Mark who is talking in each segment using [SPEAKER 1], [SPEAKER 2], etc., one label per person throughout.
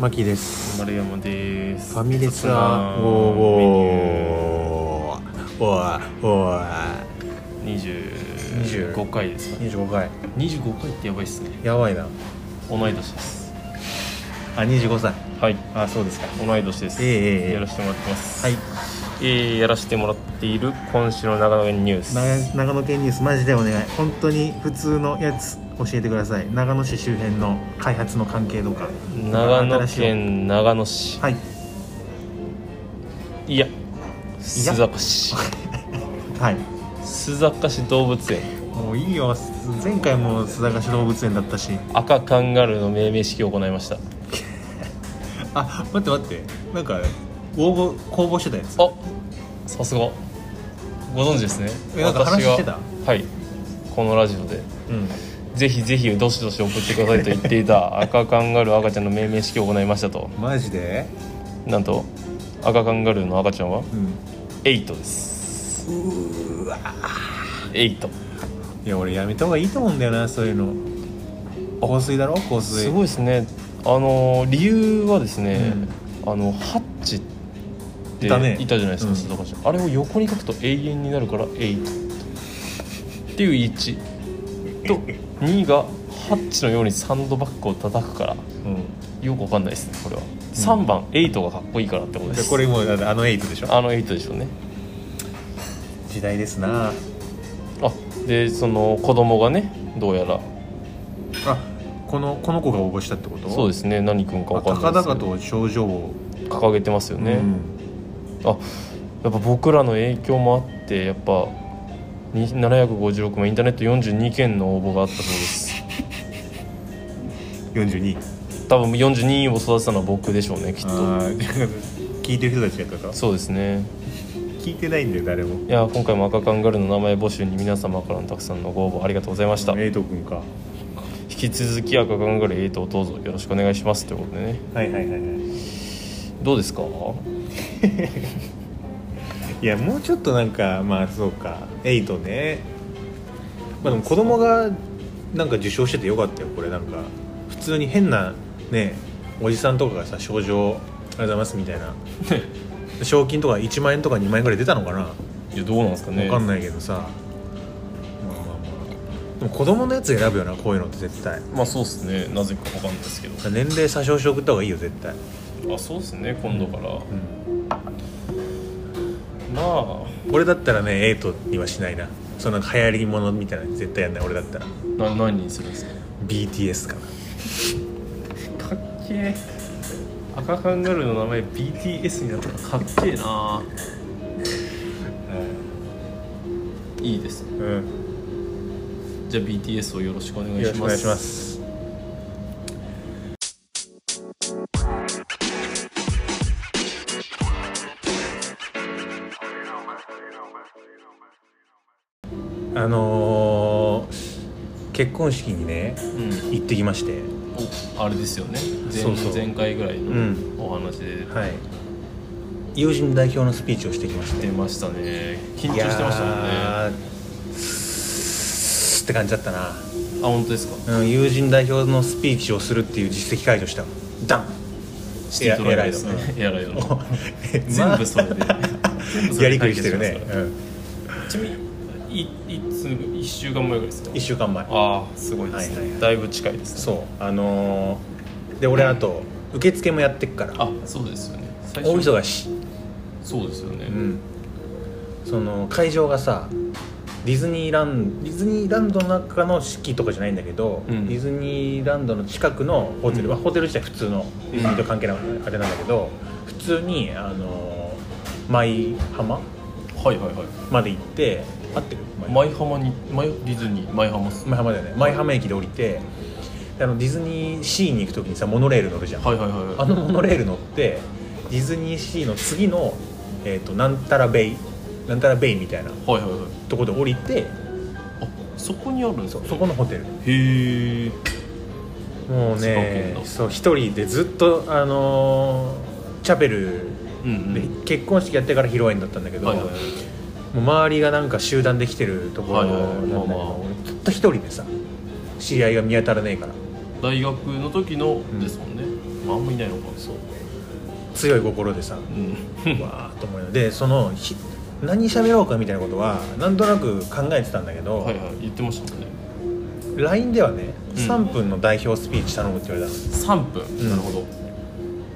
[SPEAKER 1] マキです
[SPEAKER 2] 丸山です
[SPEAKER 1] ファミレスはおー
[SPEAKER 2] お
[SPEAKER 1] おーおーお
[SPEAKER 2] メニュー25回ですか
[SPEAKER 1] ー25回
[SPEAKER 2] 25回ってやばいっすね
[SPEAKER 1] やばいな
[SPEAKER 2] 同い年です
[SPEAKER 1] あ25歳
[SPEAKER 2] はい
[SPEAKER 1] あそうですか
[SPEAKER 2] 同い年です、
[SPEAKER 1] ええええ
[SPEAKER 2] やらせてもらってます
[SPEAKER 1] はい、
[SPEAKER 2] えーやらせてもらっている今週の長野県ニュース
[SPEAKER 1] 長長野県ニュースマジでお願い本当に普通のやつ教えてください長野市周辺の開発の関係とか
[SPEAKER 2] 長野
[SPEAKER 1] 新しい
[SPEAKER 2] 県長野市
[SPEAKER 1] はい
[SPEAKER 2] いや須坂市
[SPEAKER 1] はい
[SPEAKER 2] 須坂市動物園
[SPEAKER 1] もういいよ前回も須坂市動物園だったし
[SPEAKER 2] 赤カンガルーの命名式を行いました
[SPEAKER 1] あ待って待ってなんか応募公募してたやつ
[SPEAKER 2] あさすがご存知ですね
[SPEAKER 1] えなんか話してた
[SPEAKER 2] 私がはいこのラジオで
[SPEAKER 1] うん
[SPEAKER 2] ぜひぜひどしどし送ってくださいと言っていた赤カンガルー赤ちゃんの命名式を行いましたと
[SPEAKER 1] マジで
[SPEAKER 2] なんと赤カンガルーの赤ちゃんは
[SPEAKER 1] うん
[SPEAKER 2] エイトです
[SPEAKER 1] うーわ
[SPEAKER 2] エイト
[SPEAKER 1] いや俺やめた方がいいと思うんだよなそういうの香水だろ香水
[SPEAKER 2] すごいですねあのー理由はですね、あのハッチってい
[SPEAKER 1] だ
[SPEAKER 2] た
[SPEAKER 1] ね
[SPEAKER 2] じゃないです
[SPEAKER 1] うん
[SPEAKER 2] か、須藤さんあれを横に書くと永遠になるからエイトっていう1と2がハッチのようにサンドバッグを叩くから
[SPEAKER 1] うん、
[SPEAKER 2] よくわかんないですねこれは、3番エイトがかっこいいからってことで
[SPEAKER 1] ですこれもうだってあのエイトでしょ
[SPEAKER 2] あのエイトでしょうね
[SPEAKER 1] 時代ですなあ
[SPEAKER 2] あでその子供がねどうやら
[SPEAKER 1] このこの子が応募したってこと
[SPEAKER 2] そうですすね何君かわかんな
[SPEAKER 1] 高
[SPEAKER 2] いですけ
[SPEAKER 1] 々
[SPEAKER 2] ど
[SPEAKER 1] と症状を
[SPEAKER 2] 掲げてますよね、あやっぱ僕らの影響もあってやっぱに756万インターネット42件の応募があったそうです
[SPEAKER 1] うん、42
[SPEAKER 2] 多分42位を育てたのは僕でしょうねきっと
[SPEAKER 1] あー 聞いてる人たちやったか
[SPEAKER 2] そうですね
[SPEAKER 1] 聞いてないんだよ誰も
[SPEAKER 2] いや今回も赤カンガルーの名前募集に皆様からのたくさんのご応募ありがとうございました
[SPEAKER 1] エイト君か
[SPEAKER 2] 引き続き赤カンガルー8をどうぞよろしくお願いしますということでね
[SPEAKER 1] はいはいはいはい
[SPEAKER 2] どうですか
[SPEAKER 1] いやもうちょっとなんかまあそうかエイトねまあでも子供がなんか受賞しててよかったよこれなんか普通に変なねおじさんとかがさ賞状ありがとうございますみたいな賞金とか1万円とか2万円ぐらい出たのかな、
[SPEAKER 2] いやどうなんですかね
[SPEAKER 1] わかんないけどさまあまあまあでも子供のやつ選ぶよなこういうのって絶対
[SPEAKER 2] まあそうですねなぜかわかんないですけど
[SPEAKER 1] 年齢詐称して送った方がいいよ絶対
[SPEAKER 2] あそうですね今度から
[SPEAKER 1] うん
[SPEAKER 2] まあ
[SPEAKER 1] 俺だったらねエイトにはしないなその流行りものみたいなの絶対やんない俺だったら
[SPEAKER 2] な何にするんですか
[SPEAKER 1] BTS かな
[SPEAKER 2] かっけえ赤カンガルーの名前 BTS になったらかっけえないいですね
[SPEAKER 1] うん、
[SPEAKER 2] じゃあ BTS をよろしくお願い
[SPEAKER 1] よろ
[SPEAKER 2] し
[SPEAKER 1] しくお
[SPEAKER 2] ま
[SPEAKER 1] 願い
[SPEAKER 2] す
[SPEAKER 1] します。あのー結婚式にね
[SPEAKER 2] うん
[SPEAKER 1] 行ってきまして、
[SPEAKER 2] おあれですよね前
[SPEAKER 1] そうそう
[SPEAKER 2] 前回ぐらい
[SPEAKER 1] うん
[SPEAKER 2] のお話で
[SPEAKER 1] はい、友人代表のスピーチをしてきまして
[SPEAKER 2] 出ましたね緊張してましたもんねあ
[SPEAKER 1] いやースーって感じだったな。
[SPEAKER 2] 本当ですか
[SPEAKER 1] うん、友人代表のスピーチをするっていう実績解除したのダ ン
[SPEAKER 2] シティトライアルですね エアライドの全部それで全部そ
[SPEAKER 1] や
[SPEAKER 2] れ
[SPEAKER 1] り
[SPEAKER 2] で
[SPEAKER 1] く
[SPEAKER 2] 解
[SPEAKER 1] りし
[SPEAKER 2] 決
[SPEAKER 1] てる
[SPEAKER 2] ま
[SPEAKER 1] ね
[SPEAKER 2] す、からちなみにいいつ1週間前ぐらいですか
[SPEAKER 1] 1週間前
[SPEAKER 2] ああすごいですね、
[SPEAKER 1] はいはいはい
[SPEAKER 2] だいぶ近いですね
[SPEAKER 1] そうあのーで俺あと受付もやってっから
[SPEAKER 2] あそうですよね最
[SPEAKER 1] 大
[SPEAKER 2] 初
[SPEAKER 1] 忙しい
[SPEAKER 2] そうですよね、
[SPEAKER 1] うんその会場がさディズニーランドディズニーランドの中の式とかじゃないんだけど、
[SPEAKER 2] うん
[SPEAKER 1] ディズニーランドの近くのホテル、
[SPEAKER 2] うん
[SPEAKER 1] まあホテル自体普通のディズニーと関係ないあれなんだけど普通にあのー舞浜
[SPEAKER 2] はいはいはい
[SPEAKER 1] まで行って合ってる舞
[SPEAKER 2] 舞浜に舞ディズニー舞浜っす
[SPEAKER 1] 舞浜だよね舞浜駅で降りてあのディズニーシーに行く時にさモノレール乗るじゃん、
[SPEAKER 2] はいはいはい
[SPEAKER 1] あのモノレール乗ってディズニーシーの次の、えー、となんたらベイなんたらベイみたいな
[SPEAKER 2] はいはいはい
[SPEAKER 1] とこで降りて
[SPEAKER 2] あそこにあるんです
[SPEAKER 1] そ
[SPEAKER 2] か
[SPEAKER 1] そこのホテル
[SPEAKER 2] へえ
[SPEAKER 1] もう
[SPEAKER 2] 千葉県
[SPEAKER 1] ね
[SPEAKER 2] の
[SPEAKER 1] そう一人でずっとあのーチャペル
[SPEAKER 2] うんう
[SPEAKER 1] で
[SPEAKER 2] ん
[SPEAKER 1] 結婚式やってから披露宴だったんだけど、
[SPEAKER 2] はいはいはい
[SPEAKER 1] もう周りがなんか集団できてるところ
[SPEAKER 2] はい
[SPEAKER 1] な
[SPEAKER 2] はい
[SPEAKER 1] んだけど、
[SPEAKER 2] まあまあ
[SPEAKER 1] 俺ずっと一人でさ知り合いが見当たらねえから
[SPEAKER 2] 大学の時の
[SPEAKER 1] ん
[SPEAKER 2] ですもんね、まああんまいないのかそう、
[SPEAKER 1] 強い心でさ
[SPEAKER 2] うん、
[SPEAKER 1] わーっと思いながらでそのひ何喋ろうかみたいなことはなんとなく考えてたんだけど、
[SPEAKER 2] はいはい言ってましたもんね
[SPEAKER 1] LINE ではね
[SPEAKER 2] うん
[SPEAKER 1] 3分の代表スピーチ頼むって言われたの
[SPEAKER 2] 3分、
[SPEAKER 1] ん
[SPEAKER 2] なるほど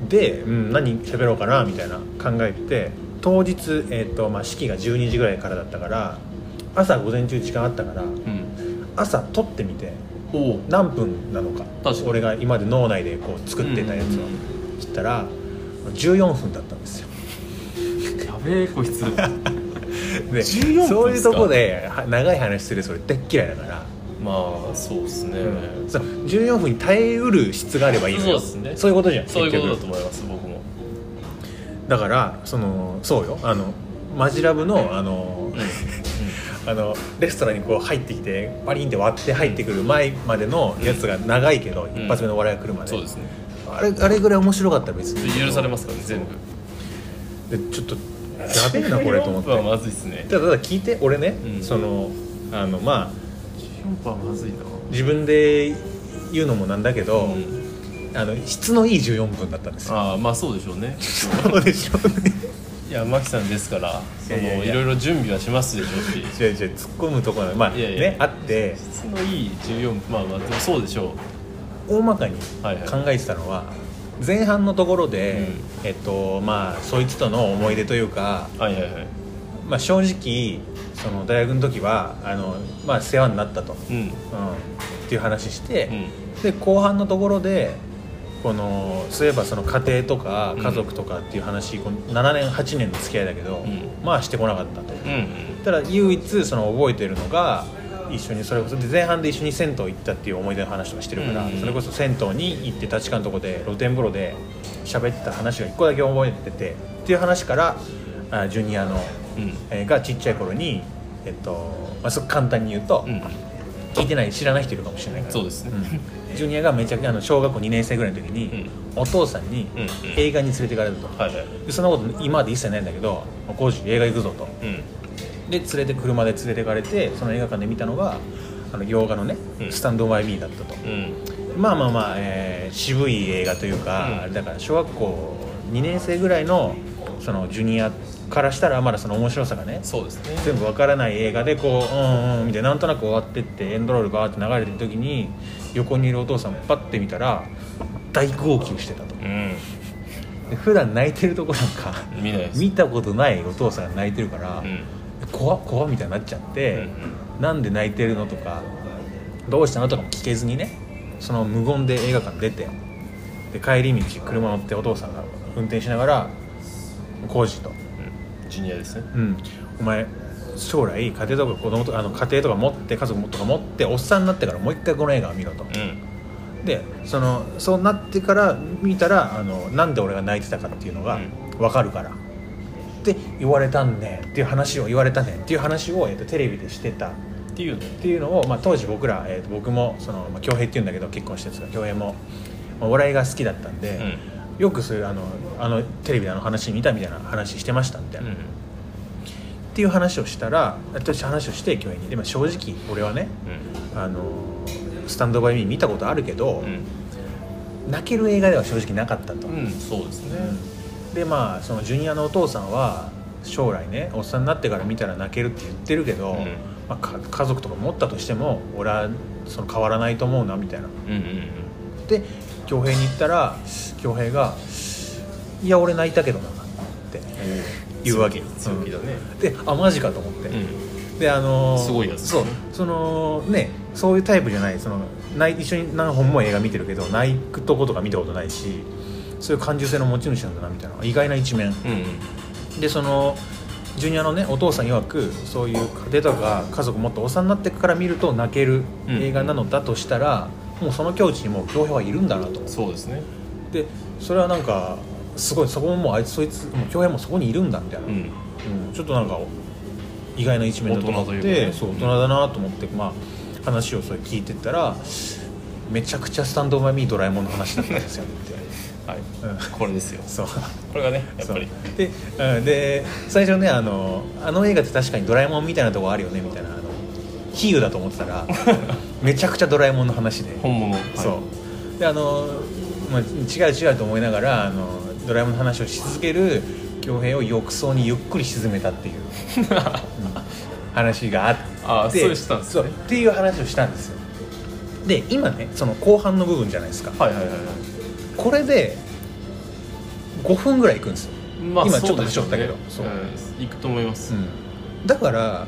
[SPEAKER 1] で、うん、何喋ろうかなみたいな考えてて当日、えーとまあ、式が12時ぐらいからだったから朝午前中時間あったから
[SPEAKER 2] うん
[SPEAKER 1] 朝撮ってみて
[SPEAKER 2] おお
[SPEAKER 1] 何分なのか
[SPEAKER 2] 確かに
[SPEAKER 1] 俺が今まで脳内でこう作ってたやつを
[SPEAKER 2] うん
[SPEAKER 1] 切ったら14分だったんですよ
[SPEAKER 2] やべえこ いつ
[SPEAKER 1] で
[SPEAKER 2] 14分っすか
[SPEAKER 1] そういうとこでは長い話するそれ大っ嫌いだから
[SPEAKER 2] まあそうですね、
[SPEAKER 1] そう14分に耐えうる質があればいいのよ
[SPEAKER 2] そうですね
[SPEAKER 1] そういうことじゃん
[SPEAKER 2] そういうことだ
[SPEAKER 1] 結
[SPEAKER 2] と思います僕も
[SPEAKER 1] 局だからそのそうよあのマジラブのあの
[SPEAKER 2] うん、うん
[SPEAKER 1] あのレストランにこう入ってきてパリンって割って入ってくる前までのやつが長いけど、
[SPEAKER 2] ん
[SPEAKER 1] 一発目のお笑いが来るまで
[SPEAKER 2] そうですね
[SPEAKER 1] あれあれぐらい面白かったら別に
[SPEAKER 2] 許されますからね全部
[SPEAKER 1] でちょっとやべえなこれと思っ
[SPEAKER 2] 14
[SPEAKER 1] て
[SPEAKER 2] 分 はまずいですね
[SPEAKER 1] ただただ聞いて俺ね、
[SPEAKER 2] うん
[SPEAKER 1] そのあのまあ
[SPEAKER 2] 14分はまずいな
[SPEAKER 1] 自分で言うのもなんだけど、
[SPEAKER 2] うん
[SPEAKER 1] あの質のいい14分だったんですよ
[SPEAKER 2] ああまあそうでしょうね
[SPEAKER 1] そうでしょうね
[SPEAKER 2] いやマキさんですからその
[SPEAKER 1] いやいやい
[SPEAKER 2] い
[SPEAKER 1] や
[SPEAKER 2] ろいろ準備はしますでしょうし
[SPEAKER 1] 違う違う突っ込むところまあ
[SPEAKER 2] いやいや
[SPEAKER 1] ねあって
[SPEAKER 2] 質のいい14分まあまあでもそうでしょ
[SPEAKER 1] 大まかに
[SPEAKER 2] うはいはい
[SPEAKER 1] 考えてたのは前半のところで、えっとまあそいつとの思い出というか、
[SPEAKER 2] はいはいはい
[SPEAKER 1] まあ、正直その大学の時はあの、まあ、世話になったと、
[SPEAKER 2] うんうん
[SPEAKER 1] うん、っていう話して、で後半のところでこのそういえばその家庭とか
[SPEAKER 2] うん
[SPEAKER 1] 家族とかっていう話、この7年8年の付き合いだけど、
[SPEAKER 2] うん
[SPEAKER 1] まあしてこなかったと。
[SPEAKER 2] うん
[SPEAKER 1] ただ唯一その覚えてるのが一緒にそれこそで前半で一緒に銭湯行ったっていう思い出の話とかしてるから、
[SPEAKER 2] うんうん
[SPEAKER 1] それこそ銭湯に行って立川のとこで露天風呂で喋ってた話が一個だけ覚えててっていう話からあジュニアの、
[SPEAKER 2] うん
[SPEAKER 1] えーがちっちゃい頃にえっと、まあ、すごく簡単に言うと、
[SPEAKER 2] うんうん
[SPEAKER 1] 聞いてない知らない人いるかもしれないから
[SPEAKER 2] そうですね
[SPEAKER 1] うんジュニアがめちゃくちゃあの小学校2年生ぐらいの時に、お父さんに
[SPEAKER 2] うんうん
[SPEAKER 1] 映画に連れて行かれると、
[SPEAKER 2] はいはい
[SPEAKER 1] でそんなこと今まで一切ないんだけど「浩次映画行くぞ」と。
[SPEAKER 2] うん
[SPEAKER 1] で連れて車で連れてかれてその映画館で見たのがあの洋画のね「
[SPEAKER 2] うん
[SPEAKER 1] スタンド・バイ・ミー」だったと、
[SPEAKER 2] うん
[SPEAKER 1] まあまあまあ、えー渋い映画というか、
[SPEAKER 2] うん
[SPEAKER 1] あれだから小学校2年生ぐらいのそのジュニアからしたらまだその面白さがね
[SPEAKER 2] そうですね
[SPEAKER 1] 全部わからない映画でこううんうんみたいななんとなく終わってってエンドロールバーって流れてる時に横にいるお父さんをパッて見たら大号泣してたと
[SPEAKER 2] う
[SPEAKER 1] で普段泣いてるとこなんか
[SPEAKER 2] ん見ないです
[SPEAKER 1] 見たことないお父さんが泣いてるから、
[SPEAKER 2] うん
[SPEAKER 1] 怖っ怖っみたいになっちゃって、
[SPEAKER 2] うん
[SPEAKER 1] なんで泣いてるのとかどうしたのとかも聞けずにねその無言で映画館出てで帰り道車乗ってお父さんが運転しながら「浩二と、
[SPEAKER 2] うんジュニアですね
[SPEAKER 1] うん、お前将来家庭とか子供とかあの家庭とか持って家族とか持っておっさんになってからもう一回この映画を見ろと」
[SPEAKER 2] うん
[SPEAKER 1] でそのそうなってから見たらあのなんで俺が泣いてたかっていうのが分かるから、って言われたんねっていう話を言われたねっていう話を、えっとテレビでしてたっ
[SPEAKER 2] っていうの
[SPEAKER 1] ていうのを、まあ、当時僕ら、えっと僕もその、まあ、恭平っていうんだけど結婚してるんですが恭平も、まあ、お笑いが好きだったんで、よくそういうあのあのテレビであの話見たみたいな話してましたみたいな、っていう話をしたら私話をして恭平にでも正直俺はねあのスタンドバイミー見たことあるけど、
[SPEAKER 2] うん
[SPEAKER 1] 泣ける映画では正直なかったと、
[SPEAKER 2] うんうんそうですね
[SPEAKER 1] でまあそのジュニアのお父さんは将来ねおっさんになってから見たら泣けるって言ってるけど、
[SPEAKER 2] うん
[SPEAKER 1] まあ、か家族とか持ったとしても俺はその変わらないと思うなみたいな
[SPEAKER 2] うんうん
[SPEAKER 1] で恭平に言ったら恭平が「いや俺泣いたけどな」って
[SPEAKER 2] うん
[SPEAKER 1] 言うわけ
[SPEAKER 2] 強気だね
[SPEAKER 1] うんであマジかと思って、
[SPEAKER 2] う
[SPEAKER 1] であのー
[SPEAKER 2] すごいやつです
[SPEAKER 1] そ
[SPEAKER 2] ね
[SPEAKER 1] うそのねそういうタイプじゃないそのない一緒に何本も映画見てるけど泣くとことか見たことないしそういう感受性の持ち主なんだなみたいな意外な一面
[SPEAKER 2] んうん
[SPEAKER 1] でそのジュニアのねお父さん曰くそういう家庭とか家族もっとおさになってから見ると泣ける映画なのだとしたら、もうその境地にもう強兵はいるんだなと
[SPEAKER 2] そうですね
[SPEAKER 1] でそれはなんかすごいそこももうあいつそいつもう強兵もそこにいるんだみたいな、
[SPEAKER 2] うん
[SPEAKER 1] うんちょっとなんか意外な一面だと思って
[SPEAKER 2] 大人というかね
[SPEAKER 1] そう大人だなと思って、まあ、話をそれ聞いてったらめちゃくちゃスタンドバイミードラえもんの話だったん ですよって
[SPEAKER 2] はい
[SPEAKER 1] うん
[SPEAKER 2] これですよ
[SPEAKER 1] そう
[SPEAKER 2] これがねやっ
[SPEAKER 1] そ
[SPEAKER 2] ぱ
[SPEAKER 1] う
[SPEAKER 2] り
[SPEAKER 1] で,、うん、で最初ねあのあの映画って確かにドラえもんみたいなとこあるよねみたいな あの比喩だと思ってたらめちゃくちゃドラえもんの話で、
[SPEAKER 2] 本物
[SPEAKER 1] そう、
[SPEAKER 2] は
[SPEAKER 1] であの、まあ、違う違うと思いながらあのドラえもんの話をし続ける恭平を浴槽にゆっくり沈めた っていう、うん話があって
[SPEAKER 2] あそうしたんですね
[SPEAKER 1] そうっていう話をしたんですよで今ねその後半の部分じゃないですか
[SPEAKER 2] はいはいはいは
[SPEAKER 1] これで5分ぐらいいくんですよ、
[SPEAKER 2] いまあ
[SPEAKER 1] 今ち
[SPEAKER 2] そ
[SPEAKER 1] ょっ
[SPEAKER 2] う
[SPEAKER 1] と
[SPEAKER 2] でし
[SPEAKER 1] 走
[SPEAKER 2] ょ
[SPEAKER 1] っ
[SPEAKER 2] う
[SPEAKER 1] た
[SPEAKER 2] ね
[SPEAKER 1] けどそう
[SPEAKER 2] うん行くと思います、
[SPEAKER 1] うん、だから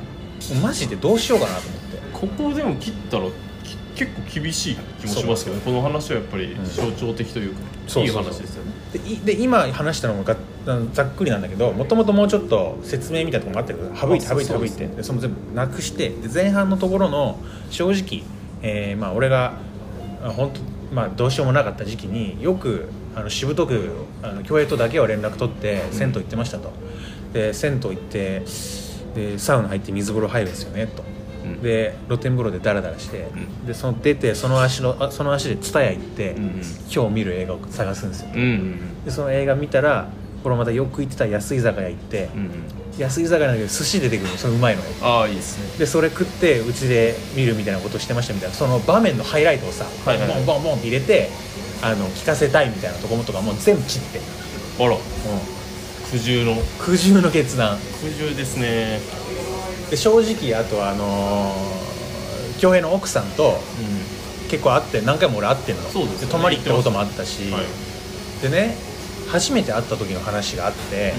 [SPEAKER 1] マジでどうしようかなと思って
[SPEAKER 2] ここでも切ったらき結構厳しい気もしますけどねこの話はやっぱり
[SPEAKER 1] うん
[SPEAKER 2] 象徴的というか、
[SPEAKER 1] そう
[SPEAKER 2] いい
[SPEAKER 1] そうそう
[SPEAKER 2] 話ですよね
[SPEAKER 1] でいで今話したのがあのざっくりなんだけどもともともうちょっと説明みたいなところもあったけど省いて
[SPEAKER 2] あ
[SPEAKER 1] 省いて
[SPEAKER 2] そう
[SPEAKER 1] 省
[SPEAKER 2] で
[SPEAKER 1] い
[SPEAKER 2] す
[SPEAKER 1] てでその全部なくしてで前半のところの正直、えーまあ、俺があ本当、まあ、どうしようもなかった時期によくあのしぶとくあの競泳とだけは連絡取って銭湯行ってましたと、で銭湯行ってでサウナ入って水風呂入るんですよねと。
[SPEAKER 2] うん
[SPEAKER 1] で露天風呂でダラダラして、
[SPEAKER 2] うん
[SPEAKER 1] でその出てその足のあその足で蔦屋行って、
[SPEAKER 2] うんうん
[SPEAKER 1] 今日見る映画を探すんですよ
[SPEAKER 2] うんうん
[SPEAKER 1] でその映画見たらこれまたよく行ってた安居酒屋行って、
[SPEAKER 2] うんうん
[SPEAKER 1] 安居酒屋なんだけど寿司出てくるのそのうまいの
[SPEAKER 2] ああいいですね
[SPEAKER 1] でそれ食ってうちで見るみたいなことしてましたみたいなその場面のハイライトをさ、
[SPEAKER 2] はいはいは
[SPEAKER 1] ボ
[SPEAKER 2] い
[SPEAKER 1] ンボンボン入れてあの聞かせたいみたいなところとかもう全部切って、
[SPEAKER 2] あら苦渋の
[SPEAKER 1] 苦渋の決断
[SPEAKER 2] 苦渋ですね
[SPEAKER 1] で正直あとはあのー恭平の奥さんと
[SPEAKER 2] う
[SPEAKER 1] 結構会って何回も俺会ってんの
[SPEAKER 2] そうですよね
[SPEAKER 1] 泊まり行ったこともあったし、
[SPEAKER 2] んはい
[SPEAKER 1] でね初めて会った時の話があって、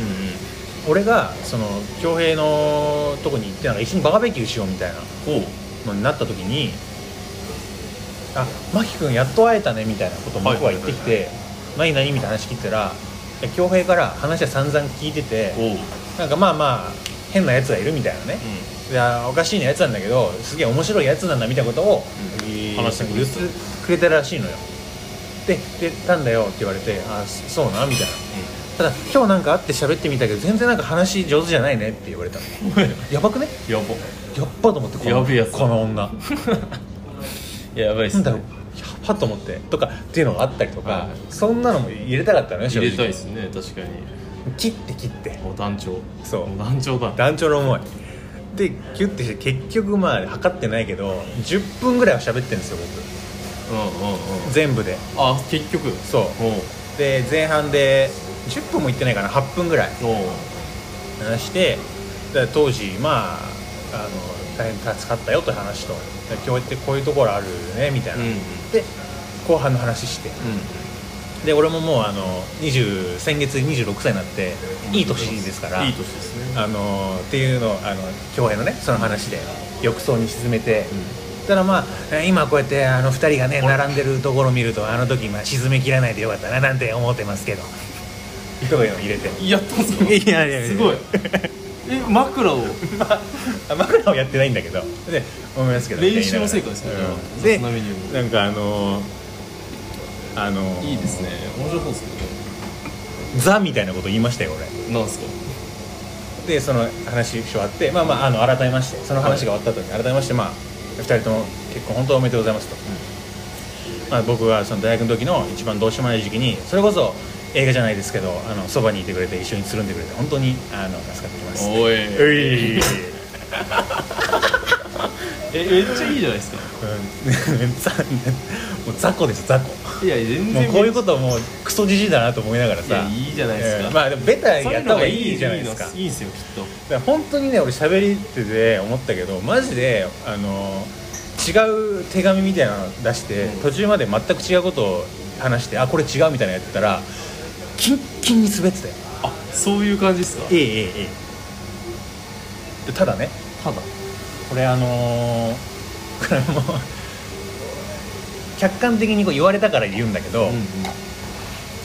[SPEAKER 2] うん
[SPEAKER 1] 俺がその恭平のとこに行ってなんか一緒にバーベキューしようみたいな
[SPEAKER 2] うんほう
[SPEAKER 1] のになった時に「あ真木君やっと会えたね」みたいなことを僕は言ってきて「何何?」みたいな話聞いてたらいや恭平から話は散々聞いてて
[SPEAKER 2] ほう
[SPEAKER 1] なんかまあまあ変なやつがいるみたいなね、いやおかしいなやつなんだけどすげえ面白いやつなんだみたいなことを、
[SPEAKER 2] う
[SPEAKER 1] えー
[SPEAKER 2] 話してくれてた
[SPEAKER 1] 言ってくれたらしいのよで「でたんだよ」って言われて「あそそうな」みたいなただ今日なんか会って喋ってみたけど全然なんか話上手じゃないねって言われたの
[SPEAKER 2] うん うん
[SPEAKER 1] やばくね
[SPEAKER 2] や
[SPEAKER 1] やっばと思ってこの
[SPEAKER 2] やべえやつ
[SPEAKER 1] この女
[SPEAKER 2] ばやばいっ
[SPEAKER 1] なんだろうやばと思ってとかっていうのがあったりとか、
[SPEAKER 2] はい
[SPEAKER 1] そんなのも入れたかったのね正
[SPEAKER 2] 入れたい
[SPEAKER 1] 直
[SPEAKER 2] ですね確かに
[SPEAKER 1] 切って切って
[SPEAKER 2] お団長
[SPEAKER 1] そう
[SPEAKER 2] お団長だ
[SPEAKER 1] 団長の思いでキュッてして結局まあ測ってないけど10分ぐらいは喋ってるんですよ
[SPEAKER 2] うんうんうん
[SPEAKER 1] 僕全部で
[SPEAKER 2] あ結局
[SPEAKER 1] そう
[SPEAKER 2] おう
[SPEAKER 1] で前半で10分もいってないかな8分ぐらい
[SPEAKER 2] おう
[SPEAKER 1] 話してで当時まああの大変助かったよという話とで今日ってこういうところあるよねみたいな、
[SPEAKER 2] うんうん
[SPEAKER 1] で後半の話してで俺ももうあの20先月26歳になっていい年ですから
[SPEAKER 2] いい年ですね
[SPEAKER 1] あのっていうのをあの恭平のねその話で浴槽に沈めて、
[SPEAKER 2] う
[SPEAKER 1] ただまあ今こうやってあの2人がね並んでるところを見るとあの時まあ沈めきらないでよかったななんて思ってますけどとかいうの入れて
[SPEAKER 2] んやったんすか
[SPEAKER 1] いやいやいや
[SPEAKER 2] すごいえ枕を
[SPEAKER 1] あ枕をやってないんだけどで思いますけど
[SPEAKER 2] 練習の成果ですね
[SPEAKER 1] うん
[SPEAKER 2] そんなメニューも
[SPEAKER 1] でなんかあのーあのー
[SPEAKER 2] いいですね面白そうです
[SPEAKER 1] ザみたいなこと言いましたよ俺
[SPEAKER 2] ねなんすか
[SPEAKER 1] でその話終わってまあまああの改めましてその話が終わった後に改めましてまあ2人とも結婚本当おめでとうございますと、まあ、僕がその大学の時の一番どうしようもない時期にそれこそ映画じゃないですけどあのそばにいてくれて一緒につるんでくれて本当にあの助かってきます
[SPEAKER 2] おい
[SPEAKER 1] おいうん
[SPEAKER 2] えめっちゃいいじゃないですか
[SPEAKER 1] ざもう雑魚です雑魚
[SPEAKER 2] いや全
[SPEAKER 1] もう
[SPEAKER 2] 然
[SPEAKER 1] こういうこともうクソじじいだなと思いながら
[SPEAKER 2] いや
[SPEAKER 1] さ
[SPEAKER 2] いいじゃないですか
[SPEAKER 1] えーまあでもベタ
[SPEAKER 2] そう
[SPEAKER 1] や
[SPEAKER 2] い
[SPEAKER 1] っ
[SPEAKER 2] う
[SPEAKER 1] た方
[SPEAKER 2] のが
[SPEAKER 1] が
[SPEAKER 2] い
[SPEAKER 1] い
[SPEAKER 2] い
[SPEAKER 1] いじゃないですか
[SPEAKER 2] いいんすよきっと
[SPEAKER 1] だから本当にね俺喋りってて思ったけどマジであの違う手紙みたいなの出して、
[SPEAKER 2] うん
[SPEAKER 1] 途中まで全く違うことを話してあこれ違うみたいなのやってたらキンキンに滑ってたよ
[SPEAKER 2] あそういう感じですか
[SPEAKER 1] ええええええでただね
[SPEAKER 2] ただ
[SPEAKER 1] これあのーこれも客観的にこう言われたから言うんだけど、